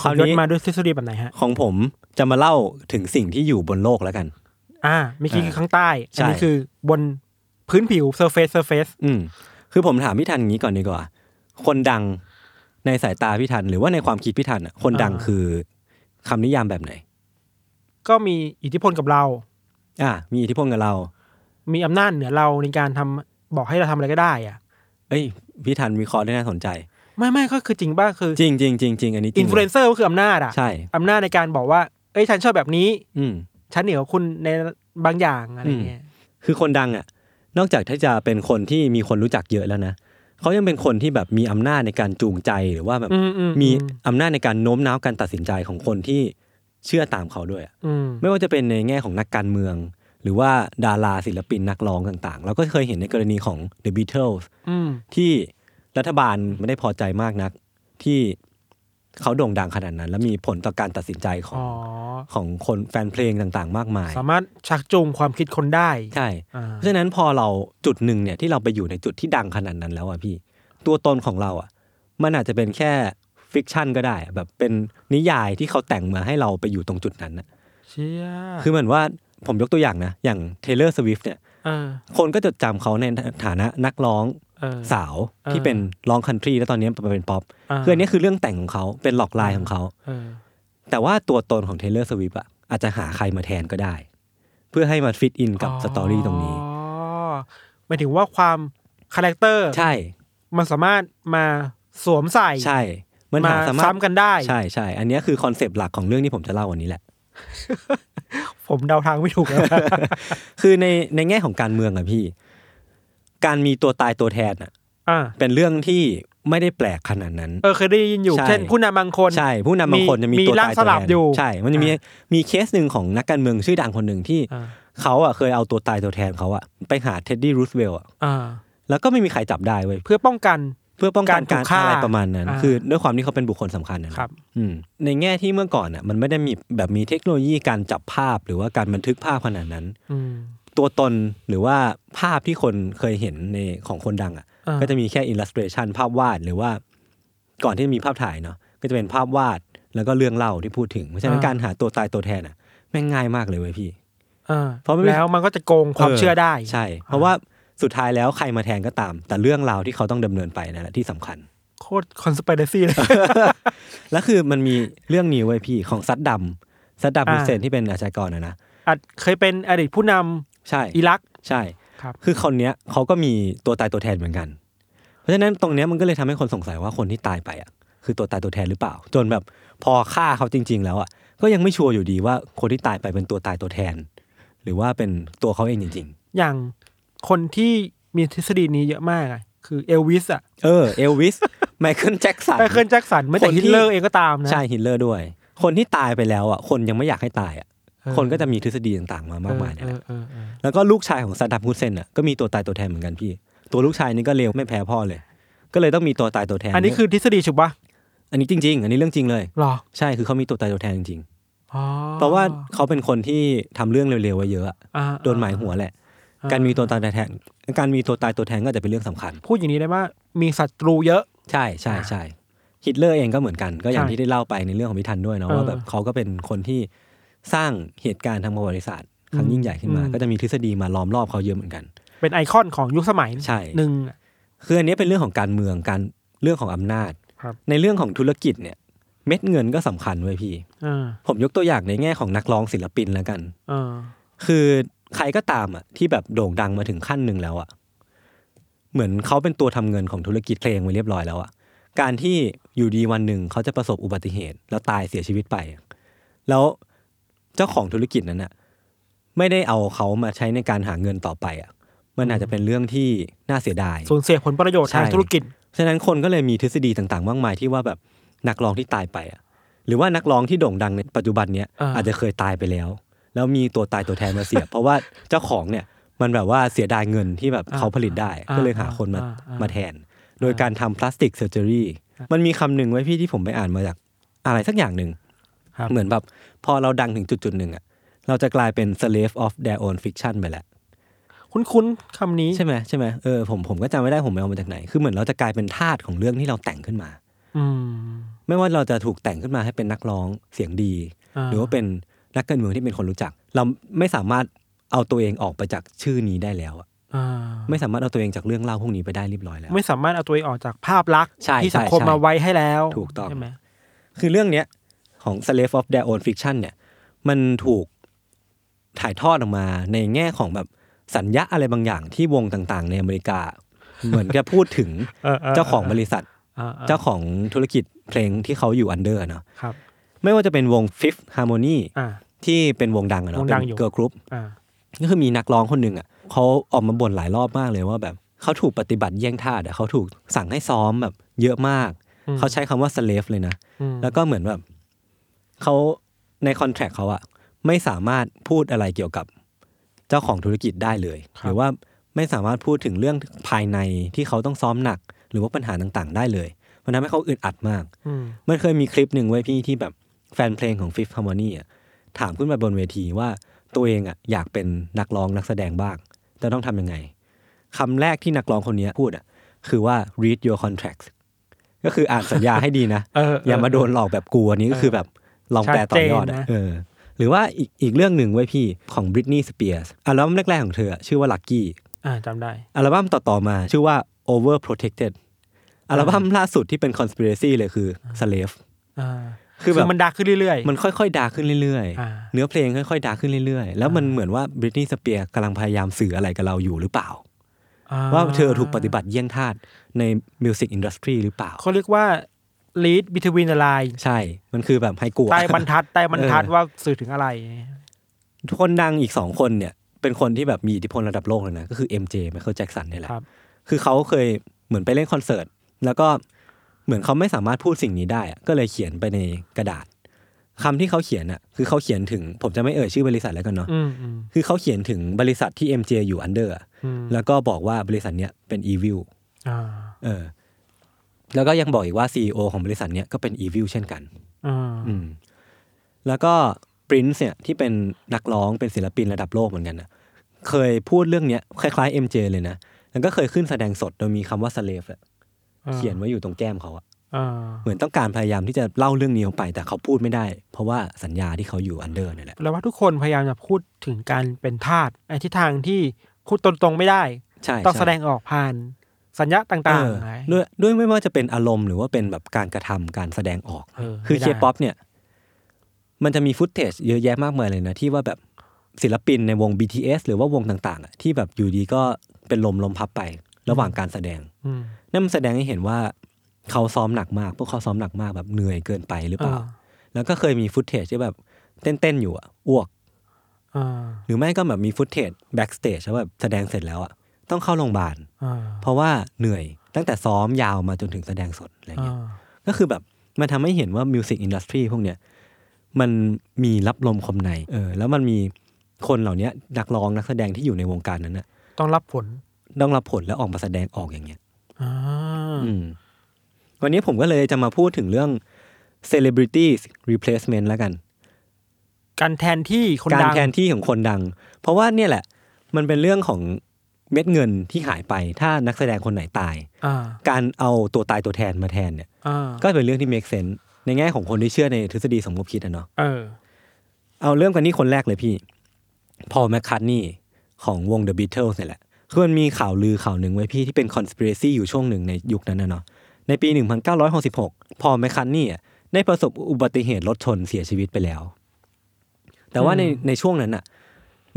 C: ข
B: ค
C: อ
B: ราง วย
C: ศ
B: นี้
C: มาด้วยทฤษฎีแบบไหนฮะ
B: ของผมจะมาเล่าถึงสิ่งที่อยู่บนโลกแล้วกัน
C: อ่าเมื่อกี้
B: อ่า
C: คือข้างใต้อันนี้
B: ใช่
C: คือบนพื้นผิวเซอร์เฟซเซอร์เฟซ
B: อืม คือผมถามพี่ทันอย่างนี้ก่อนดีกว่า คนดังในสายตาพี่ทัน หรือว่าในความคิดพี่ทันอะคนดังคือคำนิยามแบบไหน
C: ก็มีอิทธิพลกับเรา
B: อ่ะมีอิทธิพลกับเรา
C: มีอำนาจเหนือเราในการทำบอกให้เราทำอะไรก็ได้อ่ะ
B: เอ้ยพี่ทันวิเคราะห์ได้น่าสนใจ
C: ไม่ไม่ก็คือจริงบ้าคือ
B: จริงจริงจริงจริงอันนี้จริ
C: อิ
B: ง
C: นฟลูเอนเซอร์ก็คืออำนาจอ่ะ
B: ใช่
C: อำนาจในการบอกว่า เอ้ย ฉันชอบแบบนี้
B: อืม
C: ฉันเหนือกว่าคุณในบางอย่างอะไรเงี้ย
B: คือคนดังอ่ะ นอกจากที่จะเป็นคนที่มีคนรู้จักเยอะแล้วนะเขายังเป็นคนที่แบบมีอำนาจในการจูงใจหรือว่าแบบ
C: อืมอืม
B: มี
C: อืม
B: อำนาจในการโน้มน้าวการตัดสินใจของคนที่เชื่อตามเขาด้วยอะ
C: อืม
B: ไม่ว่าจะเป็นในแง่ของนักการเมือง หรือว่าดาราศิลปินนักร้องต่างๆ เราก็เคยเห็นในกรณีของ The Beatles
C: อืม
B: ที่รัฐบาลไม่ได้พอใจมากนัก ที่เขาโด่งดังขนาดนั้น และมีผลต่อการตัดสินใจของ
C: อ๋อ
B: ของคนแฟนเพลงต่างๆ มากมาย
C: สามารถชักจูงความคิดคนได้
B: ใช่
C: อ่า
B: เพราะฉะนั้นพอเราจุดหนึ่งเนี่ยที่เราไปอยู่ในจุดที่ดังขนาดนั้นแล้วอะพี่ ตัวตนของเราอะมันอาจจะเป็นแค่ฟิกชันก็ได้อะแบบเป็นนิยายที่เขาแต่งมาให้เราไปอยู่ตรงจุดนั้นนะ
C: เชี่ย
B: คือเหมือนว่าผมยกตัวอย่างนะอย่างเทเลอร์สวิฟเนี่ย
C: เออ
B: คนก็จดจำเขาในฐานะนักร้อง
C: เออ
B: สาว
C: เออ
B: ที่เป็นร้องคันทรีแล้วตอนนี้มาเป็นป๊อป
C: า
B: คืออันนี้คือเรื่องแต่งของเขาเป็นหลอกลายของเขา
C: เออ
B: แต่ว่าตัวตนของเทเลอร์สวิปอะอาจจะหาใครมาแทนก็ได้ เพื่อให้มาฟิตอินกับสตอรี่ตรงนี้
C: อ๋อหมายถึงว่าความคาแรคเตอร์
B: ใช่
C: มันสามารถมาสวมใส่
B: ใช่ มัน
C: มา
B: หาสามารถ
C: ซ้ำกันได้
B: ใช่ใช่อันนี้คือคอนเซปต์หลักของเรื่องที่ผมจะเล่าวันนี้แหละ
C: ผมเดาทางไม่ถูกแล้ว [laughs]
B: คือในในแง่ของการเมืองอะพี่ การมีตัวตายตัวแทนอะ
C: อ่า
B: เป็นเรื่องที่ไม่ได้แปลกขนาดนั้น
C: เออเคยได้ยินอยู่
B: ใช่
C: เช่นผู้นำบางคน
B: ใช่ ผู้นำบางคนจะมีตัว
C: ร่า
B: ตาง ย
C: ส
B: ตัวแท
C: ลับ
B: น
C: อยู่
B: ใช่ มันจะมีมีเคสหนึ่งของนักการเมืองชื่อดังคนหนึ่งที่
C: อ่า
B: เขาอ่ะเคยเอาตัวตายตัวแทนเขาอ่ะไปหาเท็ดดี้รูสเวลต์อ่ะ
C: อ่า
B: แล้วก็ไม่มีใครจับได้เว้ย
C: เพื่อป้องกัน
B: เพื่อป้องกันการ
C: กา
B: ร
C: ถูกฆ่า
B: อะไรประมาณนั้น
C: อ่า
B: คือด้วยความที่เขาเป็นบุคคลสำคัญนะนะครับ อืมในแง่ที่เมื่อก่อนอ่ะมันไม่ได้มีแบบมีเทคโนโลยีการจับภาพหรือว่าการบันทึกภาพขนาดนั้น
C: อืม
B: ตัวตนหรือว่าภาพที่คนเคยเห็นในของคนดังอ่ะ
C: อ่า
B: ก็จะมีแค่อิลลัสเ a รชันภาพวาดหรือว่า ก่อนที่จะมีภาพถ่ายเนาะก็จะเป็นภาพวาดแล้วก็เรื่องเล่าที่พูดถึงเพราะฉะนั้นการหาตัวตายตัวแทนอ่ะแม่งง่ายมากเลยเว้ยพี่
C: อ่า
B: เพราะมัน
C: แล้วมันก็จะโกงความเชื่อได้
B: ใช่ เพราะว่าสุดท้ายแล้วใครมาแทนก็ตาม แต่เรื่องราวที่เขาต้องดำเนินไปนั่นแหละที่สำคัญ [laughs]
C: โคตรคอน spiracy เลย
B: แล้วคือมันมีเรื่องนี้ไว้ยพี่ของซัดดำซัดดัม
C: อ่า
B: ฮุเซนที่เป็นอาชญากรนะนะ
C: อาจเคยเป็นอดีตผู้นำ
B: ใช่
C: อิรัก
B: ใช่
C: ครับ
B: คือคนเนี้ยเขาก็มีตัวตายตัวแทนเหมือนกัน เพราะฉะนั้นตรงเนี้ยมันก็เลยทำให้คนสงสัยว่าคนที่ตายไปอ่ะคือตัวตายตัวแทนหรือเปล่า จนแบบพอฆ่าเขาจริง ๆ แล้วอ่ะก็ยังไม่ชัวร์อยู่ดีว่าคนที่ตายไปเป็นตัวตายตัวแทน หรือว่าเป็นตัวเขาเองจริง
C: อย่างคนที่มีทฤษฎีนี้เยอะมากอะคือเอลวิสอะ
B: ๆ เออเอล [laughs] วิสไมเคิลแจ็กสัน
C: ไมเคิลแจ็คสันไม่แต่
B: คนที่
C: ฮิตเลอร์เองก็ตามนะ
B: ใช่ฮิตเลอร์ด้วย คนที่ตายไปแล้วอ่ะคนยังไม่อยากให้ตายอ่ะ
C: เออ
B: คนก็จะมีทฤษฎีต่างๆ มามากมาย
C: เอ
B: เนี่ยแห
C: อ
B: ละ
C: เออเออ
B: แล้วก็ลูกชายของซาดัมฮุเซนอ่ะก็มีตัวตายตัวแทนเหมือนกันพี่ ตัวลูกชายนี่ก็เลวไม่แพ้พ่อเลย ก็เลยต้องมีตัวตายตัวแทน
C: อันนี้คือทฤษฎีถูกปะ
B: อันนี้จริง ๆ อันนี้เรื่องจริงเลย
C: หรอ
B: ใช่คือเขามีตัวตายตัวแทนจริง
C: อ๋อ
B: ๆเพราะว่าเขาเป็นคนที่ทำเรื่องเร็วๆไว้เยอะอะ
C: อ่า
B: โดนหมายหัวแหละ
C: อ่
B: การมีตัวตายตัวแทน การมีตัวตายตัวแทนก็อาจจะเป็นเรื่องสำคัญ
C: พูดอย่างนี้ได้ว่ามีศัตรูเยอะ
B: ใช่ใช่ใช่ฮิตเลอร์เองก็เหมือนกันก็อย่าง
C: ใช่
B: ที่ได้เล่าไปในเรื่องของพิธันด้วยเนาะ
C: เออ
B: ว่าแบบเขาก็เป็นคนที่สร้างเหตุการณ์ทางประวัติศาสตร์ครั้งยิ่งใหญ่ขึ้นมา
C: อืม
B: ก็จะมีทฤษฎีมาล้อมรอบเขาเยอะเหมือนกัน
C: เป็นไอคอนของยุคสมัย
B: ใช่
C: หนึ่งอะ
B: คืออันนี้เป็นเรื่องของการเมืองการเรื่องของอำนาจ
C: ครับ
B: ในเรื่องของธุรกิจเนี่ยเม็ดเงินก็สำคัญเว้ยพี่
C: อ่า
B: ผมยกตัวอย่างในแง่ของนักร้องศิลปินแล้วกัน
C: อ่า
B: คือใครก็ตามอ่ะที่แบบโด่งดังมาถึงขั้นหนึ่งแล้วอ่ะเหมือนเขาเป็นตัวทำเงินของธุรกิจเพลงไว้เรียบร้อยแล้วอ่ะการที่อยู่ดีวันหนึ่งเขาจะประสบอุบัติเหตุ แล้วตายเสียชีวิตไปอะแล้วเจ้าของธุรกิจนั้นอ่ะไม่ได้เอาเขามาใช้ในการหาเงินต่อไปอ่ะมันอาจจะเป็นเรื่องที่น่าเสียดาย
C: สูญเสียผลประโยชน์
B: ใช่
C: ทางธุรกิจ
B: ฉะนั้นคนก็เลยมีทฤษฎีต่างๆมากมายที่ว่าแบบนักร้องที่ตายไปอ่ะหรือว่านักร้องที่โด่งดังในปัจจุบันเนี้ย
C: อ่า
B: อาจจะเคยตายไปแล้ว แล้วมีตัวตายตัวแทนมาเสียบ เพราะว่าเจ้าของเนี่ยมันแบบว่าเสียดายเงินที่แบบเขาผลิตได้ ก็เลยหาคนมามาแทน โดยการทำพลาสติกเซอร์เจอรี่มันมีคำหนึ่งไว้พี่ที่ผมไปอ่านมาจากอะไรสักอย่างหนึ่ง
C: ครับ
B: เหมือนแบบพอเราดังถึงจุดๆหนึ่งอ่ะเราจะกลายเป็น slave of their own fiction ไปแล้ว
C: คุ้นๆคำนี้
B: ใช่ไหมใช่ไหมเออผมผมก็จำไม่ได้ผมไปเอามาจากไหน คือเหมือนเราจะกลายเป็นทาสของเรื่องที่เราแต่งขึ้นมา
C: อืม
B: ไม่ว่าเราจะถูกแต่งขึ้นมาให้เป็นนักร้องเสียงดี
C: อ่า
B: หรือว่าเป็นนักการเมืองที่เป็นคนรู้จัก เราไม่สามารถเอาตัวเองออกไปจากชื่อนี้ได้แล้วอะ
C: อ่า
B: ไม่สามารถเอาตัวเองจากเรื่องเล่าพวกนี้ไปได้เรียบร้อยแล้ว
C: ไม่สามารถเอาตัวเองออกจากภาพลักษณ์
B: ใช่
C: ที่สังคม
B: ใช่
C: มาไว้ให้แล้ว
B: ถูกต้อง
C: ใช่ไหม
B: คือเรื่องเนี้ยของ slave of their own fiction เนี่ยมันถูกถ่ายทอดออกมาในแง่ของแบบสัญญาอะไรบางอย่างที่วงต่างๆ ในอเมริกา เหมือนจะพูดถึงเจ้าของบริษัท
C: อ่าๆ
B: เจ้าของธุรกิจเพลงที่เขาอยู่อันเดอร์เนาะ
C: ครับ
B: ไม่ว่าจะเป็นวง Fifth Harmony
C: อ่า
B: ที่เป็นวงดังอะ
C: ว
B: เนาะ
C: งดังอยู่
B: เกิร์ลกรุ๊ป
C: อ่า
B: ก็คือมีนักร้องคนหนึ่งอ่ะเขาออกมาบ่นหลายรอบมากเลยว่าแบบเขาถูกปฏิบัติเยี่ยงทาสอ่ะเขาถูกสั่งให้ซ้อมแบบเยอะมาก
C: อืม
B: เขาใช้คำว่า slave เลยนะ
C: อืม
B: แล้วก็เหมือนแบบเขาในคอนแท t เขาอะไม่สามารถพูดอะไรเกี่ยวกับเจ้าของธุรกิจได้เลย หรือว่าไม่สามารถพูดถึงเรื่องภายในที่เขาต้องซ้อมหนัก หรือว่าปัญหาต่างๆ ได้เลยมันทำให้เขาอึดอัดมาก
C: อืม
B: มันเคยมีคลิปหนึ่งไว้ยพี่ที่แบบแฟนเพลงของ Fifth Harmony อะถามขึ้นมาบนเวทีว่าตัวเองอะอยากเป็นนักร้องนักแสดงบ้าง แต่ต้องทำยังไงคำแรกที่นักร้องคนเนี้ยพูดอะคือว่า read your contract ก็คืออ่านสัญญาให้ดีนะ
C: เออเออ
B: อ
C: อ
B: ย่ามาโดนหลอกแบบกลัวนี้ก็คือแบบลองแปลต่อยอด
C: ชัดเจน
B: อะ
C: นะ
B: เออ หรือว่าอีกอีกเรื่องหนึ่งไว้ยพี่ของ Britney Spears อัลบั้มแรกๆของเธออะชื่อว่า Lucky
C: อ่าจำได้
B: อัลบั้มต่อ ๆ มาชื่อว่า Overprotected อัลบั้มล่าสุดที่เป็น conspiracy เลยคือ slave
C: อ่า
B: คือแบบ
C: มันดักขึ้นเรื่อยๆ
B: มันค่อยๆดาร์กขึ้นเรื่อย
C: อ่า
B: ๆ เนื้อเพลงค่อยๆดาร์กขึ้นเรื่อยๆ แล้วมันเหมือนว่าบริตนี y สเปียร์กำลังพยายามสื่ออะไรกับเราอยู่หรือเปล่า
C: อ่
B: ว่าเธอถูกปฏิบัติเยี่ยงทาสในมิวสิกอินดัสทรีหรือเปล่า
C: เขาเรียกว่า lead between the line
B: ใช่ มันคือแบบให้กลัว
C: ใต้บรร
B: [laughs]
C: ทัดใต้บรรทัด
B: เออ
C: ว่าสื่อถึงอะไร
B: คนดังอีกสองคนเนี่ย เป็นคนที่แบบมีอิทธิพลระดับโลกเลยนะ ก็คือ MJ ไมเคิลแจ็กสันเนี่ยแหละ
C: ครับ
B: คือเขาเคยเหมือนไปเล่นคอนเสิร์ต แล้วก็เหมือนเขาไม่สามารถพูดสิ่งนี้ได้อะก็เลยเขียนไปในกระดาษคำที่เขาเขียนอ่ะคือเขาเขียนถึงผมจะไม่เอ่ยชื่อบริษัทแล้วกันเนาะ
C: อืมอืม
B: คือเขาเขียนถึงบริษัทที่ MJ อยู่อันเดอร์
C: อืม
B: แล้วก็บอกว่าบริษัทเนี้ยเป็น evil
C: อ่า
B: เออ แล้วก็ยังบอกอีกว่า CEO ของบริษัทเนี้ยก็เป็น evil เช่นกัน
C: อ่า
B: อืม แล้วก็ Prince เนี่ยที่เป็นนักร้องเป็นศิลปินระดับโลกเหมือนกันนะเคยพูดเรื่องเนี้ยคล้ายๆ MJ เลยนะ แล้วก็เคยขึ้นแสดงสดโดยมีคำว่า slave อะเขียนไว้อยู่ตรงแก้มเขาอะ
C: อ่า
B: เหมือนต้องการพยายามที่จะเล่าเรื่องนี้ออกไป แต่เขาพูดไม่ได้ เพราะว่าสัญญาที่เขาอยู่อันเดอร์นี่ยแหละ
C: แปลว่าทุกคนพยายามจะพูดถึงการเป็นทาสในทิศทางที่พูดตรงๆไม่ได้
B: ใช่
C: ต้อง
B: ใช่
C: แสดงออกผ่านสัญญาต่าง
B: เออ
C: ๆไง
B: ด้วยด้วยไม่ว่าจะเป็นอารมณ์หรือว่าเป็นแบบการกระทำการแสดงออก
C: เออ
B: คือ
C: ไม่
B: เค
C: ได้
B: ป๊อปเนี่ย มันจะมีฟุตเทจเยอะแยะมากมายเลยนะ ที่ว่าแบบศิลปินในวง BTS หรือว่าวงต่างๆอะที่แบบอยู่ดีก็เป็นลมลมพับไประหว่างการแสดง
C: อืม
B: นั่นมันแสดงให้เห็นว่าเขาซ้อมหนักมาก พวกเขาซ้อมหนักมากแบบเหนื่อยเกินไปหรือเปล่า แล้วก็เคยมีฟุตเทจที่แบบเต้นๆอยู่อะอ้วก
C: อ่า
B: หรือไม่ก็แบบมีฟุตเทจแบ็กสเตจแล้วแบบแสดงเสร็จแล้วอะต้องเข้าโรงพยาบาล
C: อ่า
B: เพราะว่าเหนื่อยตั้งแต่ซ้อมยาวมาจนถึงแสดงสดอะไร
C: อ่า
B: เงี้ยก็คือแบบมันทำให้เห็นว่ามิวสิกอินดัสทรีพวกเนี้ยมันมีรับลมคมในเออแล้วมันมีคนเหล่าเนี้ยนักร้องนักแสดงที่อยู่ในวงการนั้นน่ะ
C: ต้องรับผล
B: ต้องรับผลแล้วออกมาแสดงออกอย่างเงี้ย
C: อ่า
B: อืมวันนี้ผมก็เลยจะมาพูดถึงเรื่อง celebrities replacement แล้วกัน
C: การแทนที่คน
B: การ
C: ดัง
B: แทนที่ของคนดัง เพราะว่าเนี่ยแหละ มันเป็นเรื่องของเม็ดเงินที่หายไป ถ้านักแสดงคนไหนตาย
C: อ่า
B: การเอาตัวตายตัวแทนมาแทนเนี่ย
C: อ่า
B: ก็เป็นเรื่องที่ make sense ในแง่ของคนที่เชื่อในทฤษฎีสมคบคิดอะเนาะ
C: เออ
B: เอาเริ่มกันที่คนแรกเลยพี่ พอแมคค a ร์ n นีของวง The Beatles เนี่ยแหละคือมันมีข่าวลือข่าวหนึ่งไว้พี่ที่เป็น conspiracy อยู่ช่วงหนึ่งในยุคนั้นนะเนาะในปี 1966 พอแมคค a ร์ n นีได้ประสบอุบัติเหตุรถชนเสียชีวิตไปแล้ว แต่ว่าในในช่วงนั้นอะ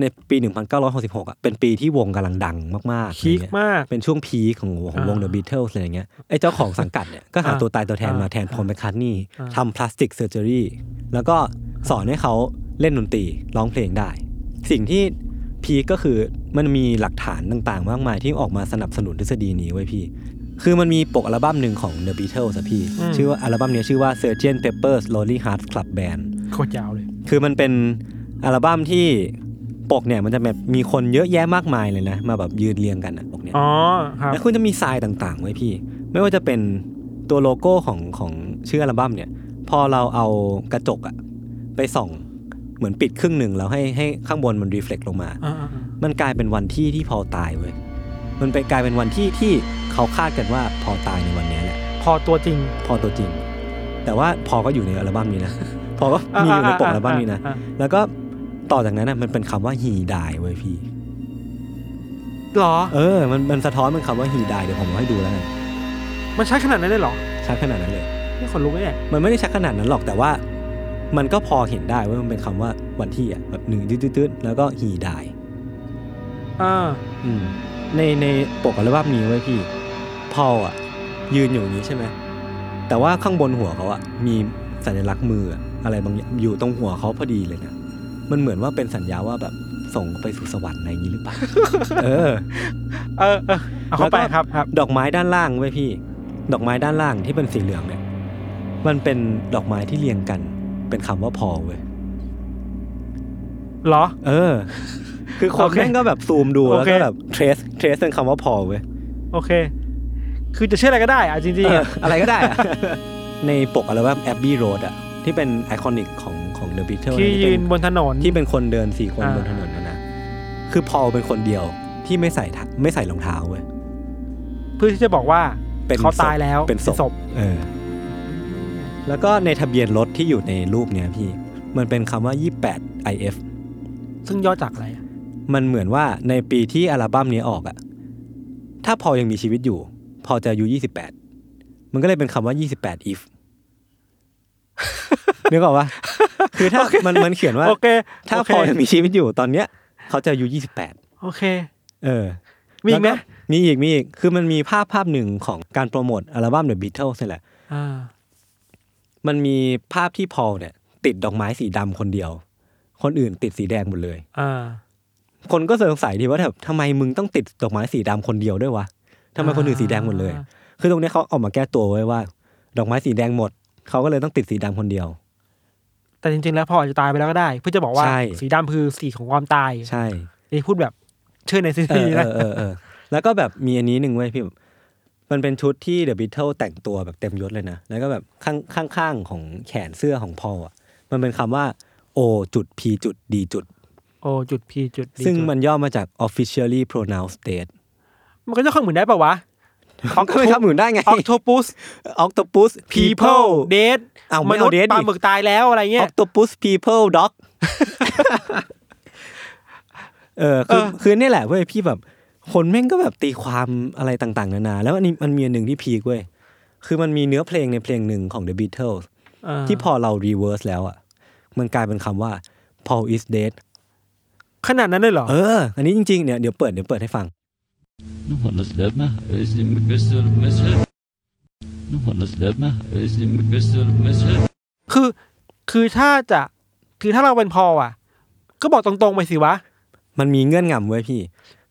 B: ในปี 1966อะเป็นปีที่วงกำลังดังมากๆอะไร
C: พีค
B: เงี้ย
C: มาก
B: เป็นช่วงพีคของของวง
C: อ่า
B: The Beatles อะไรอย่างเงี้ยไอ้เจ้าของสังกัดเนี่ย ก็หา
C: อ่า
B: ตัวตายตัวแทนมา
C: อ่า
B: แทนพอลแมคคาร์ทนี่
C: อ่า
B: ทำพลาสติกเซอร์เจอรี่แล้วก็สอนให้เขาเล่นดนตรีร้องเพลงได้ สิ่งที่พีคก็คือมันมีหลักฐานต่างๆ มากมายที่ออกมาสนับสนุนทฤษฎีนี้ไว้ยพี่ คือมันมีปกอัลบั้มหนึ่งของ The Beatles อะพี่
C: อืม
B: ชื่อว่าอัลบั้มเนี้ยชื่อว่า Sgt. Pepper's Lonely Hearts Club Band
C: โคตรยาวเลย
B: คือมันเป็นอัลบั้มที่ปกเนี่ยมันจะแบบมีคนเยอะแยะมากมายเลยนะมาแบบยืนเรียงกันอะปกเนี่ย
C: อ๋อครับ
B: แล้วคุณจะมีทรายต่างๆไว้พี่ ไม่ว่าจะเป็นตัวโลโก้ของของชื่ออัลบั้มเนี่ย พอเราเอากระจกอะไปส่องเหมือนปิดครึ่งหนึ่งแล้วให้ให้ข้างบนมันรีเฟล็กลงมา
C: อ่าอ่าอ่า
B: มันกลายเป็นวันที่ที่พอลตายเว้ยมันเป็นกลายเป็นวันที่ที่เขาคาดกันว่าพอลตายในวันเนี้ยแหละ
C: พอตัวจริง
B: พอลตัวจริง แต่ว่าพอลก็อยู่ในอัลบั้มนี้นะ [laughs] พอลก็มีอยู่ในปกอัลบั้มนี้นะ
C: อ่าอ่า
B: แล้วก็ต่อจากนั้นนะมันเป็นคำว่า he die เว้ยพี่
C: หรอ
B: เออ มันมันสะท้อนเป็นคำว่า he die เดี๋ยวผมเอาให้ดูแล้วกัน
C: มันใช้ขนาดนั้นเลยเหรอ
B: ชัดขนาดนั้นเลย
C: นี่ขนลุกเลยเนี่ย
B: มันไม่ได้ชัดขนาดนั้นหรอกแต่ว่ามันก็พอเห็นได้ว่ามันเป็นคำว่าวันที่อ่ะแบบหนึ่งตืดๆๆแล้วก็ฮีดาย
C: อ่า
B: อืมในในปกอัลบั้มนี้ไว้ยพี่พอลอ่ะ ยืนอยู่อย่างนี้ใช่ไหมแต่ว่าข้างบนหัวเขาอ่ะมีสัญลักษณ์มืออะอะไรบางอย่างอยู่ตรงหัวเขาพอดีเลยนะมันเหมือนว่าเป็นสัญญาว่าแบบ ส่งไปสู่สวรรค์อะไรอย่างนี้หรือเปล่า [laughs] เออ
C: เออเออเอาเข้าไป
B: แล้วก็
C: ครับครับ
B: ดอกไม้ด้านล่างไว้ยพี่ ดอกไม้ด้านล่างที่เป็นสีเหลืองเนี่ย มันเป็นดอกไม้ที่เรียงกัน เป็นคำว่าพอเว้ย
C: เหรอ
B: เออ คือคน
C: โอเค
B: แม่งก็แบบซูมดูแล้ว
C: โอเค
B: ก็แบบเทรสเทรสเป็นคำว่าพอเว้ย
C: โอเค คือจะเชื่ออะไรก็ได้อะจริง
B: เอ
C: ๆ
B: อ
C: อะ
B: อะไรก็ได้อะ ในปกอัลบั้ม Abbey Road อะที่เป็นไอคอนิกของของ The Beatles
C: [laughs] ที่ยืนบนถนน
B: ที่เป็นคนเดินสี่คน
C: อ่า
B: บนถนนนะนะ คือพอเป็นคนเดียวที่ไม่ใส่ถัไม่ใส่รองเท้าเว้ย
C: เพื่อที่จะบอกว่า
B: เป็น
C: เขาตาย
B: ศพ
C: แล้ว
B: เป็นศพ
C: ศพ
B: เออ แล้วก็ในทะเบียนรถที่อยู่ในรูปเนี้ยพี่ มันเป็นคำว่า 28 IF
C: ซึ่งย่อจากอะไรอะ
B: มันเหมือนว่าในปีที่อัลบั้มนี้ออกอะถ้าพอยังมีชีวิตอยู่ พอจะอายุ28 มันก็เลยเป็นคำว่า 28 if นึกออกปะคือถ้ามันมันเขียนว่า
C: โอเค
B: ถ้า
C: โเค
B: พอยังมีชีวิตอยู่ตอนเนี้ย เขาจะอายุ28
C: โอเค
B: เออ
C: มีอีกไหม
B: แล้วมีอีกมีอีก คือมันมีภาพภาพหนึ่งของการโปรโมทอัลบั้ม The Beatles นี่แหละ
C: อ่า
B: มันมีภาพที่พอลเนี่ย ติดดอกไม้สีดำคนเดียว คนอื่นติดสีแดงหมดเลย
C: อ่า
B: คนก็สงสัยทีว่าแบบทำไมมึงต้องติดดอกไม้สีดำคนเดียวด้วยวะทำไมคนอื่นสีแดงหมดเลย
C: อ่า
B: คือตรงเนี้ยเขาเออกมาแก้ตัวไว้ว่า ดอกไม้สีแดงหมด เขาก็เลยต้องติดสีดำคนเดียว
C: แต่จริงๆ แล้วพออาจจะตายไปแล้วก็ได้ เพื่อจะบอกว่า
B: ใช่
C: สีดำคือสีของความตาย
B: ใช่
C: นี่พูดแบบเชื่อในซี
B: เอ
C: รี
B: อ
C: ส์
B: เอ
C: นะ
B: อเออเออแล้วก็แบบมีอันนี้หนึ่งเว้ยพี่แบบมันเป็นชุดที่เดอะบิทเทิลแต่งตัวแบบเต็มยศเลยนะ แล้วก็แบบข้างข้างข้างของแขนเสื้อของพอลอ่ะ มันเป็นคำว่า O จุด P จุด D จุด
C: โอจุดพีจุด D
B: ซึ่ง
C: จุด
B: มันย่อมาจาก officially pronounced state
C: มันก็จะข้อมูลได้ปะวะ
B: เขาก็ไม่ทำหนุนได้ไง [laughs]
C: octopus
B: octopus people
C: people dead
B: เอา
C: ม
B: ไม่
C: นุ
B: เอา
C: ษย์
B: date
C: ปลา
B: ดิ
C: หมึกตายแล้วอะไรเงี้ย
B: octopus people
C: [laughs]
B: dog เออคือ
C: เออ
B: คือเนี่ยแหละเว้ยพี่แบบ คนแม่งก็แบบตีความอะไรต่างๆ นานา แล้วอันนี้มันมีอันหนึ่งที่พีกเว้ย คือมันมีเนื้อเพลงในเพลงหนึ่งของ The Beatles
C: อ่า
B: ที่พอเรา reverse แล้วอ่ะ มันกลายเป็นคำว่า Paul is dead
C: ขนาดนั้นเลยเหรอ
B: เออ อันนี้จริงๆเนี่ยเดี๋ยวเปิดเดี๋ยวเปิดให้ฟัง
D: Nu hålles lämna, is det mitt bästa mässel? Nu hålles lämna, is det mitt bästa mässel?
C: คือ คือถ้าจะ คือถ้าเราเป็นพออ่ะ ก็บอกตรงๆไปสิวะ
B: มันมีเงื่อนงำเว้ยพี่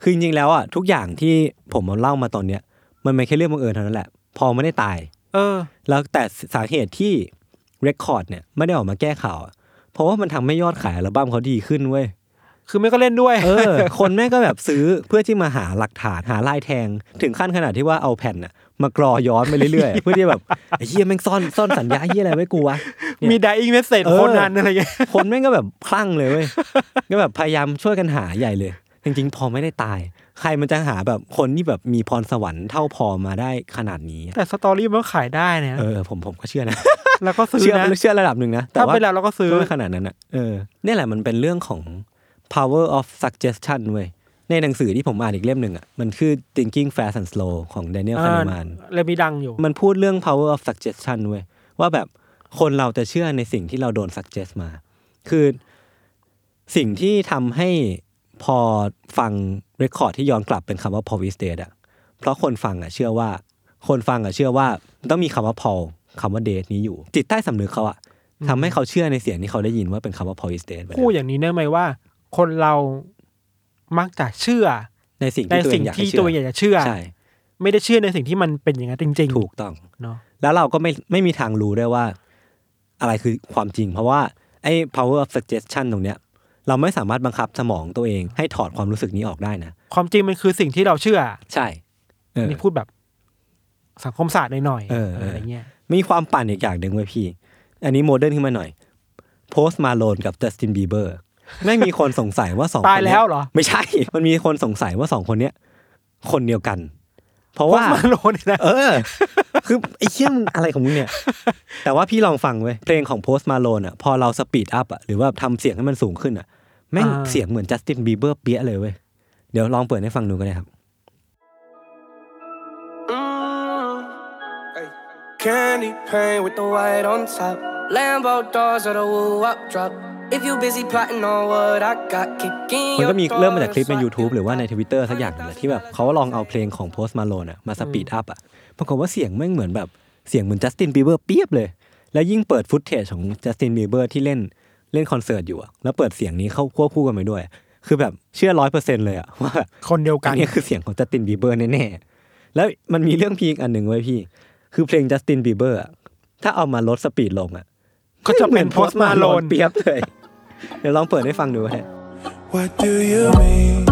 B: คือจริงๆแล้วอ่ะทุกอย่างที่ผมเอาเล่ามาตอนเนี้ย มันไม่แค่เรื่องบังเอิญเท่านั้นแหละ พอไม่ได้ตาย
C: เออ
B: แล้วแต่สาเหตุที่เรคคอร์ดเนี่ยไม่ได้ออกมาแก้ข่าวอะเพราะว่ามันทำให้ยอดขายอัลบั้มเขาดีขึ้นเว้ย
C: คือไม่ก็เล่นด้วย
B: เออ คนแม่งก็แบบซื้อเพื่อที่มาหาหลักฐานหาลายแทง ถึงขั้นขนาดที่ว่าเอาแผ่นน่ะมากรอย้อนไปเรื่อยๆ [laughs] เพื่อที่แบบไอ้เฮียแม่งซ่อนซ่อนสัญญาเฮียอะไรไว้กูวะ
C: [laughs] มี dying message
B: เออ
C: โคนันอะไรเงี้ย
B: คนแม่งก็แบบคลั่งเลยเว้ย ก็แบบพยายามช่วยกันหาใหญ่เลย จริงๆ พอไม่ได้ตาย ใครมันจะหาแบบคนที่แบบมีพรสวรรค์เท่าพอมาได้ขนาดนี้อะ
C: แต่สตอรี่มันก็ขายได้นะ
B: เออผมผมก็เชื่อนะ
C: แล้วก็ซื้อ
B: เชื่อ
C: นะ
B: เชื่อระดับหนึ่งนะแต่
C: ถ้า
B: ว่า
C: เป็นเราเราก็ซื้อ
B: ก็ไม่ขนาดนั้นอ่ะ เออเนี่ยแหละมันเป็นเรื่องของ power of suggestion เว้ย ในหนังสือที่ผมอ่านอีกเล่มหนึ่งอ่ะ มันคือ thinking fast and slow ของ Daniel
C: อ่า
B: Kahneman
C: เลยมีดังอยู่
B: มันพูดเรื่อง power of suggestion เว้ย ว่าแบบคนเราจะเชื่อในสิ่งที่เราโดน suggest มา คือสิ่งที่ทำให้พอฟัง record ที่ย้อนกลับเป็นคำว่า Paul is dead อ่ะ เพราะคนฟังอ่ะเชื่อว่า คนฟังอ่ะเชื่อว่ามันต้องมีคำว่า Paul คำว่า dead นี้อยู่ จิตใต้สำนึกเขาอ่ะ ทำให้เขาเชื่อในเสียงที่เขาได้ยินว่าเป็นคำว่า p o l y s t a t e
C: พูดอย่างนี้ได้ไหมว่า คนเรามักจะเชื่อ
B: ในสิ่ง
C: ใน
B: ที่ตัวเอ
C: สิ่ง
B: งอยากให้
C: ที่
B: เชื่
C: ตัวเองอยากจะเชื่อ
B: ใช่
C: ไม่ได้เชื่อในสิ่งที่มันเป็นอย่างนั้นจริงๆ
B: ถูกต้อง
C: เนาะ
B: แล้วเราก็ไม่ไม่มีทางรู้ได้วยว่า อะไรคือความจริง เพราะว่าไอ้ power of suggestion ตรงเนี้ย เราไม่สามารถบังคับสมองตัวเองให้ถอดความรู้สึกนี้ออกได้นะ
C: ความจริงมันคือสิ่งที่เราเชื่อ
B: ใช่เออ
C: นี่พูดแบบ สังคมศาสตร์หน่อยๆ
B: เออเอออ
C: อะไรเงี้ย
B: มีความปั่นอีกอย่างหนึ่งเว้ยพี่ อันนี้โมเดิร์นขึ้นมาหน่อย โพสต์มาโลนกับจัสตินบีเบอร์ไม่มีคนสงสัยว่าสองคน
C: ตาย
B: เนี้
C: แล้วเหรอ
B: ไม่ใช่ มันมีคนสงสัยว่าสองคนเนี้ยคนเดียวกัน เพราะว่า
C: โพสต์มาโลนนะ
B: เออ คือไอ้เชี่ยมนอะไรของมึงเนี่ย แต่ว่าพี่ลองฟังเว้ย เพลงของโพสต์มาโลนอ่ะ พอเราสปีดอัพอ่ะ หรือว่าทำเสียงให้มันสูงขึ้นอ่ะ แม่งเสียงเหมือนจัสตินบีเบอร์เปี้ยเลยเว้ย เดี๋ยวลองเปิดให้ฟังดูก็ได้ครับ
E: Mm. Candy paint with the white on top. Lambo doors or the woo up drop. If you busy plotting on what I got, kicking
B: มันก็
E: your
B: มี
E: door
B: เริ่มมาจากคลิปใน
E: so I
B: YouTube
E: can
B: หรือว่าใน
E: pop
B: Twitter สักอย่างหนึงแหละที่แบบเขาลองเอาเพลงของโพสต์มาโลนอ่ะมาสปีดอัพอ่ะ ปรากฏว่าเสียงแม่งเหมือนแบบเสียงเหมือนจัสตินบีเบอร์เปียบเลย แล้วยิ่งเปิดฟุตเทจของจัสตินบีเบอร์ที่เล่นเล่นคอนเสิร์ตอยู่อ่ะ แล้วเปิดเสียงนี้เข้าควบคู่กันไปด้วย ค คือแบบเชื่อร้อยเปอร์เซ็นเลยอะว่าแบบ
C: คนเดียวกั
B: อั
C: น
B: นนี้คือเสียงของจัสตินบีเบอร์แน่ๆ แล้วมันมีเรื่องพีคอันหนึ่งไว้ยพี่ คือเพลงจัสตินบีเบอร์ถ้าเอามาลดสปีดลงอ่ะ
C: ก็จะเป็น
B: หมื
C: Post
B: Post Malone
C: Malone
B: เปรียบเลย เดี๋ยวลองเปิดให้ฟังดูฮะ
F: What do you mean?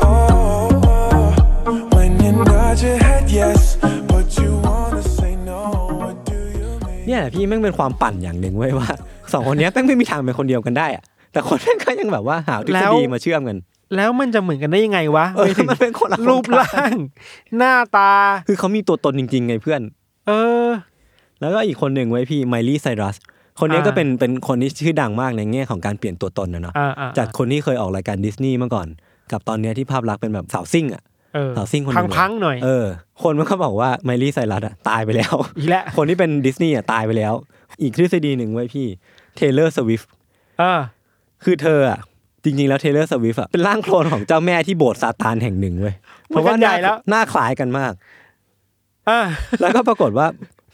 F: Oh, oh, when you nod your head yes, but you wanna say no. What do you mean?
B: เนี่ยพี่แม่งเป็นความปั่นอย่างหนึ่งไว้ยว่าสองคนเนี้ยแม่งไม่มีทางเป็นคนเดียวกันได้อะแต่คนแม่งก็ยังแบบว่าหาทฤษฎีมาเชื่อมกัน
C: แล้วมันจะเหมือนกันได้ยังไงวะ
B: เออ
C: ไปถึง
B: มันเป็นคนละคน
C: รูปร่าง หน้าตา
B: คือเขามีตัวตนจริงๆไงเพื่อน
C: เออ
B: แล้วก็อีกคนหนึ่งไว้ยพี่ไมลี่ไซรัส คนเนี้ย
C: อ่า
B: ก็เป็นเป็นคนที่ชื่อดังมากในแง่ของการเปลี่ยนตัวตนนะเนาะ
C: อ่าอ่า
B: จากคนที่เคยออกรายการดิสนีย์มาก่อน กับตอนเนี้ยที่ภาพลักษณ์เป็นแบบสาวซิ่งอ่ะ
C: เออ
B: สาวซิ่งคนหนึ่งเลย
C: พังๆหน่อย
B: เออ คนมันก็บอกว่าไมลี่ไซรัสอ่ะตายไป
C: [laughs]
B: แล้ว
C: อีกแล้ว
B: คนที่เป็นดิสนีย์อ่ะตายไปแล้ว อีกทฤษฎีหนึ่งไว้ยพี่เทเลอร์สวิฟ
C: เออ
B: คือเธออ่ะ จริงๆแล้วเทเลอร์สวิฟอ่ะเป็นร่างโคลนของเจ้าแม่ที่โบสถ์ซาตานแห่งหนึ่งเว้ยเพราะว่า
C: มัน
B: ห
C: ใหญ่
B: น้า
C: แล้ว
B: หน้าคล้ายกันมาก
C: เออ
B: แล้วก็ปรากฏว่า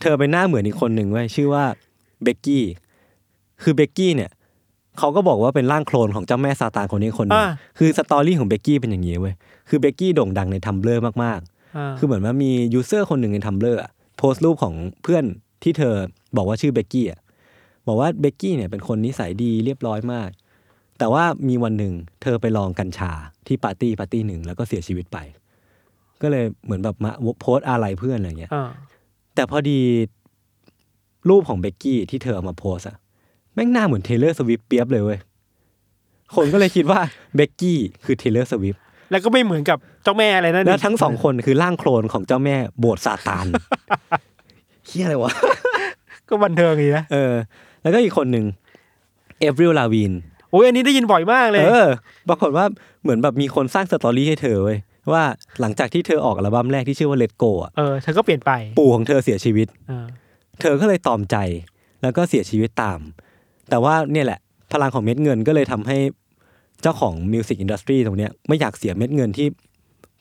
B: เธอไปหน้าเหมือนอีกคนหนึ่งเว้ยชื่อว่าเบกกี้คือเบกกี้เนี่ยเขาก็บอกว่าเป็นร่างโคลนของเจ้าแม่ซาตานคนนี้คนหนึง
C: อ่า
B: คือสตอรี่ของเบกกี้เป็นอย่างนี้เว้ยคือเบกกี้โด่งดังในทัมเบลอร์มาก
C: อ่า
B: ๆ คือเหมือนว่ามียูเซอร์คนหนึ่งในทัมเบลอร์โพสต์รูปของเพื่อนที่เธอบอกว่าชื่อเบกกี้อะบอกว่าเบกกี้เนี่ยเป็นคนนิสัยดีเรียบร้อยมาก แต่ว่ามีวันหนึ่งเธอไปลองกัญชาที่ปาร์ตี้ปาร์ตี้หนึ่งแล้วก็เสียชีวิตไป ก็เลยเหมือนแบบมาโพสต์อะไรเพื่อนอะไรอย่างเงี้ย
C: อ่า
B: แต่พอดีรูปของเบกกี้ที่เธอเอามาโพสอะแม่งหน้าเหมือนเทเลอร์สวิฟเปียบเลยเว้ย คนก็เลยคิดว่าเบกกี้คือเทเลอร์สวิฟ
C: แล้วก็ไม่เหมือนกับเจ้าแม่อะไรนั่น
B: แล้วทั้งสองคนคือร่างโคลนของเจ้าแม่โบสถ์ซาตาน [laughs] เฮียอะไรวะ
C: ก็บันเทิงดีนะ
B: เออ แล้วก็อีกคนหนึ่งเอฟริลลาวีน
C: โอ้ยอันนี้ได้ยินบ่อยมากเลย
B: เออ ปรากฏว่าเหมือนแบบมีคนสร้างสตอรี่ให้เธอเว้ยว่าหลังจากที่เธอออกอัลบั้มแรกที่ชื่อว่าเลตโกะ
C: เออเธอก็เปลี่ยนไป
B: ปู่ของเธอเสียชีวิต
C: เออ
B: เธอก็เลยตอมใจแล้วก็เสียชีวิตตาม แต่ว่าเนี่ยแหละ พลังของเม็ดเงินก็เลยทำให้เจ้าของมิวสิกอินดัสทรีตรงเนี้ยไม่อยากเสียเม็ดเงินที่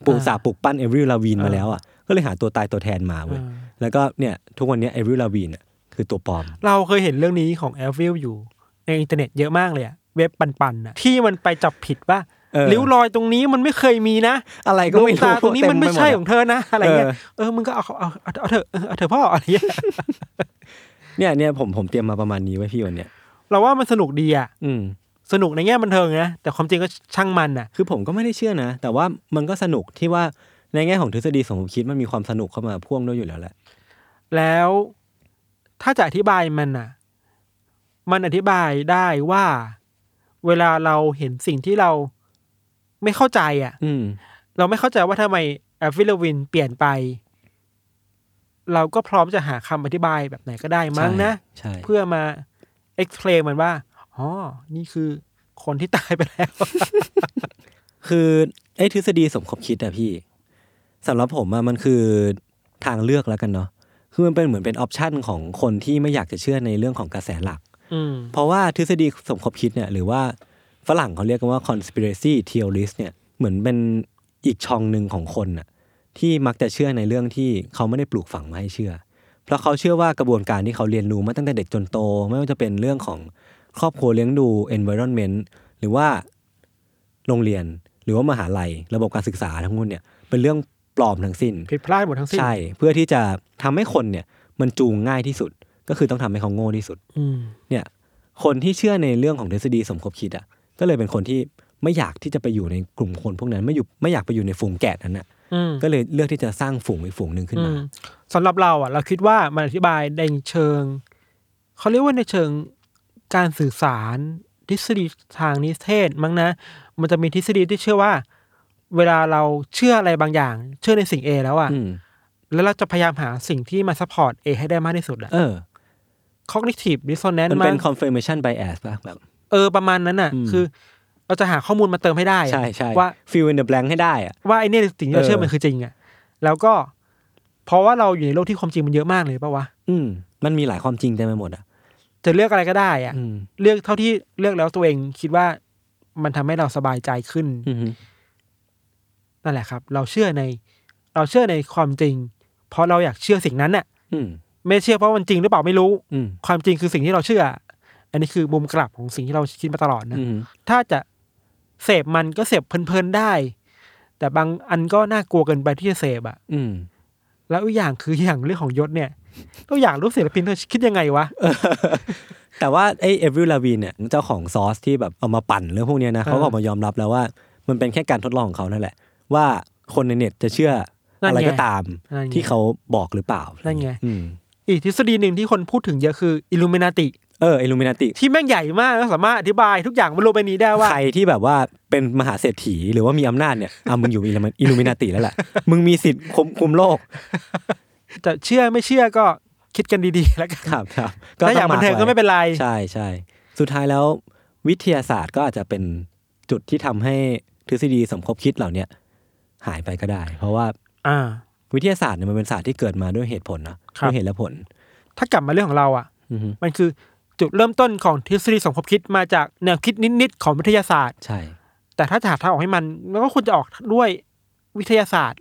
B: ปลูกสาปลูกปั้นเอริลลาวีนมาแล้วอ่ะก็เลยหาตัวตายตัวแทนมาเว้ยแล้วก็เนี่ยทุกวันเนี้ยเอริลลาวีนอะคือตัวปลอม
C: เราเคยเห็นเรื่องนี้ของแอลฟิลอยู่ ในอินเทอร์เน็ตเยอะมากเลยอะเว็บปันๆอะที่มันไปจับผิดว่า
B: เออ
C: ริ้วรอยตรงนี้มันไม่เคยมีนะ
B: อะไรก็ไม่
C: ดวงตา
B: รู้
C: ตรงนี้มันไม่ใช่
B: เต็ปหด
C: ของ
B: อะ
C: เธอนะ อะไรเงี้ย
B: เออ
C: เออ มึงก็เอาเขาเอาเอาเอาเถอะเออเอาเถอะพ่ออะไรเงี้ย
B: เนี่ยเนี่ยผมผมเตรียมมาประมาณนี้ไว้พี่วันเนี้ย
C: เราว่ามันสนุกดีอ่ะ
B: อืม
C: สนุกในแง่บันเทิงนะ แต่ความจริงก็ช่างมันอ่ะ
B: คือผมก็ไม่ได้เชื่อนะ แต่ว่ามันก็สนุกที่ว่าในแง่ของทฤษฎีสมคบคิดมันมีความสนุกเข้ามาพ่วงด้วยอยู่แล้วแหละ
C: แล้วถ้าจะอธิบายมันอ่ะ มันอธิบายได้ว่า เวลาเราเห็นสิ่งที่เราไม่เข้าใจอ่ะ
B: อืม
C: เราไม่เข้าใจว่าทำไมแอฟฟิลวินเปลี่ยนไป เราก็พร้อมจะหาคำอธิบายแบบไหนก็ได้มั้งนะ
B: ใช่ใช่
C: เพื่อมา explain มันว่า อ๋อ นี่คือคนที่ตายไปแล้ว
B: คือไอ้ทฤษฎีสมคบคิดอะพี่สำหรับผมอะมันคือทางเลือกแล้วกันเนาะคือมันเป็นเหมือนเป็นออปชันของคนที่ไม่อยากจะเชื่อในเรื่องของกระแสหลัก
C: อืม
B: เพราะว่าทฤษฎีสมคบคิดเนี่ยหรือว่าฝรั่งเขาเรียกกันว่า conspiracy theorist เนี่ยเหมือนเป็นอีกช่องหนึ่งของคนน่ะที่มักจะเชื่อในเรื่องที่เขาไม่ได้ปลูกฝังมาให้เชื่อ เพราะเขาเชื่อว่ากระบวนการที่เขาเรียนรู้มาตั้งแต่เด็กจนโต ไม่ว่าจะเป็นเรื่องของครอบครัวเลี้ยงดู environment หรือว่าโรงเรียนหรือว่ามหาลัย ระบบการศึกษาทั้งหมดเนี่ยเป็นเรื่องปลอมทั้งสิ้น
C: ผิดพลาดหมดทั้งสิ้น
B: ใช่เพื่อที่จะทำให้คนเนี่ยมันจูงง่ายที่สุด ก็คือต้องทำให้เขาโง่ที่สุด
C: อืม
B: เนี่ยคนที่เชื่อในเรื่องของทฤษฎีสมคบคิดอ่ะก็เลยเป็นคนที่ไม่อยากที่จะไปอยู่ในกลุ่มคนพวกนั้นไม่อยู่ไม่อยากไปอยู่ในฝูงแกะนั้นอ่ะ
C: อืม
B: ก็เลยเลือกที่จะสร้างฝูงอีกฝูงหนึ่งขึ้น
C: อื
B: มาม
C: สำหรับเราอ่ะ เราคิดว่ามันอธิบายในเชิง เขาเรียกว่าในเชิงการสื่อสารทฤษฎีทางนิเทศมั้งนะ มันจะมีทฤษฎีที่เชื่อว่า เวลาเราเชื่ออะไรบางอย่าง เชื่อในสิ่ง A แล้วอ่ะ
B: อืม
C: แล้วเราจะพยายามหาสิ่งที่มาซัพพอร์ต A ให้ได้มากที่สุดอ่ะ
B: เออ
C: cognitive dissonance
B: มัน
C: มั้
B: เป็
C: ง
B: น confirmation bias ป่ะแบบ
C: เออประมาณนั้นน่ะ
B: อืม
C: คือเราจะหาข้อมูลมาเติมให้ได้อะ
B: ใช่ใช่
C: ว่า
B: fill in the blank ให้ได้อ่ะ
C: ว่าไอเนี่ยสิ่งที่เรา
B: เออ
C: เชื่อมันคือจริงอ่ะแล้วก็ เพราะว่าเราอยู่ในโลกที่ความจริงมันเยอะมากเลยปะวะ
B: อืมมันมีหลายความจริงเต็มไปหมดอ่ะ
C: จะเลือกอะไรก็ได้อ่ะ
B: อืม
C: เลือกเท่าที่เลือกแล้วตัวเองคิดว่ามันทำให้เราสบายใจขึ้น
B: อือฮึ
C: นั่นแหละครับ เราเชื่อใน เราเชื่อในความจริง เพราะเราอยากเชื่อสิ่งนั้นน่ะ
B: อืม
C: ไม่เชื่อเพราะมันจริงหรือเปล่าไม่รู้
B: อืม
C: ความจริงคือสิ่งที่เราเชื่อ อันนี้คือมุมกลับของสิ่งที่เราคิดมาตลอดนะ
B: อืม
C: ถ้าจะ เสพมันก็เสพเพลินๆได้ แต่บางอันก็น่ากลัวเกินไปที่จะเสพอะ
B: อืม
C: แล้วอีกอย่างคืออย่างเรื่องของยศเนี่ยตัวอย่างรู้ศิลปินเธอคิดยังไงวะ
B: แต่ว่าไอเอฟวิลลาวีเนี่ยเจ้าของซอสที่แบบเอามาปั่นเรื่องพวกเนี้ยนะ
C: เออ
B: เขาก็ออกมายอมรับแล้วว่า มันเป็นแค่การทดลองของเขานั่นแหละ ว่าคนในเน็ตจะเชื่ออะไรก็ตาม
C: นั่นไง
B: ที่เขาบอกหรือเปล่า
C: นั่นไง
B: อืม
C: อีกทฤษฎีหนึ่งที่คนพูดถึงเยอะคืออิลูเมนาติ
B: เออ i อลูมินาติ
C: ที่แม่งใหญ่มากแล้วสามารถอธิบายทุกอย่างบนโลกใบนี้ได้ว่า
B: ใครที่แบบว่าเป็นมหาเศรษฐีหรือว่ามีอำนาจเนี่ยอ่ะมึงอยู่อิลูมินาติแล้วแหละมึงมีสิทธิ์คุมคุมโลก
C: จะเชื่อไม่เชื่อก็คิดกันดีๆ แล้วกัน
B: ครับครับ
C: ถ้าอยากบันเทิงก็ไม่เป็นไร
B: ใช่ใช่สุดท้ายแล้ววิทยาศาสตร์ก็อาจจะเป็นจุดที่ทำให้ทฤษฎีสมคบคิดเหล่าเนี้ยหายไปก็ได้ เพราะว่า
C: อ่า
B: วิทยาศาสตร์เนี่ยมันเป็นศาสตร์ที่เกิดมาด้วยเหตุผลนะครับ ด้วยเหตุและผล
C: ถ้ากลับมาเรื่องของเราอ่ะ
B: อือฮึ
C: มันคือจุดเริ่มต้นของทฤษฎีสมคบคิดมาจากแนวคิดนิดๆของวิทยาศาสตร์
B: ใช่
C: แต่ถ้าจะหาทางออกให้มันแล้วก็ควรจะออกด้วยวิทยาศาสตร์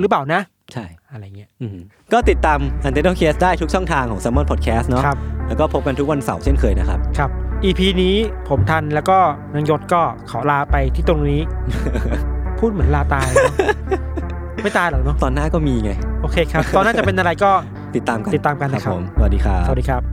C: หรือเปล่านะ
B: ใช่
C: อะไรเงี้ย
B: อือฮึก็ติดตาม u n t e d o Case ได้ทุกช่องทางของ s ซ m o n Podcast เนาะ
C: ครับ
B: แล้วก็พบกันทุกวันเสาร์เช่นเคยนะครับ
C: ครับ EP นี้ผมทันแล้วก็นังยศก็ขอลาไปที่ตรง
B: [laughs]
C: นี้ พูดเหมือนลาตายเนอะไม่ตายหรอกเนาะ
B: ตอนหน้าก็มีไง
C: โอเคครับ ตอนหน่าจะเป็นอะไรก็
B: ติดตามกัน
C: ติดตามกันนะครับ
B: ผมสวัสดีครับ
C: สวัสดีครับ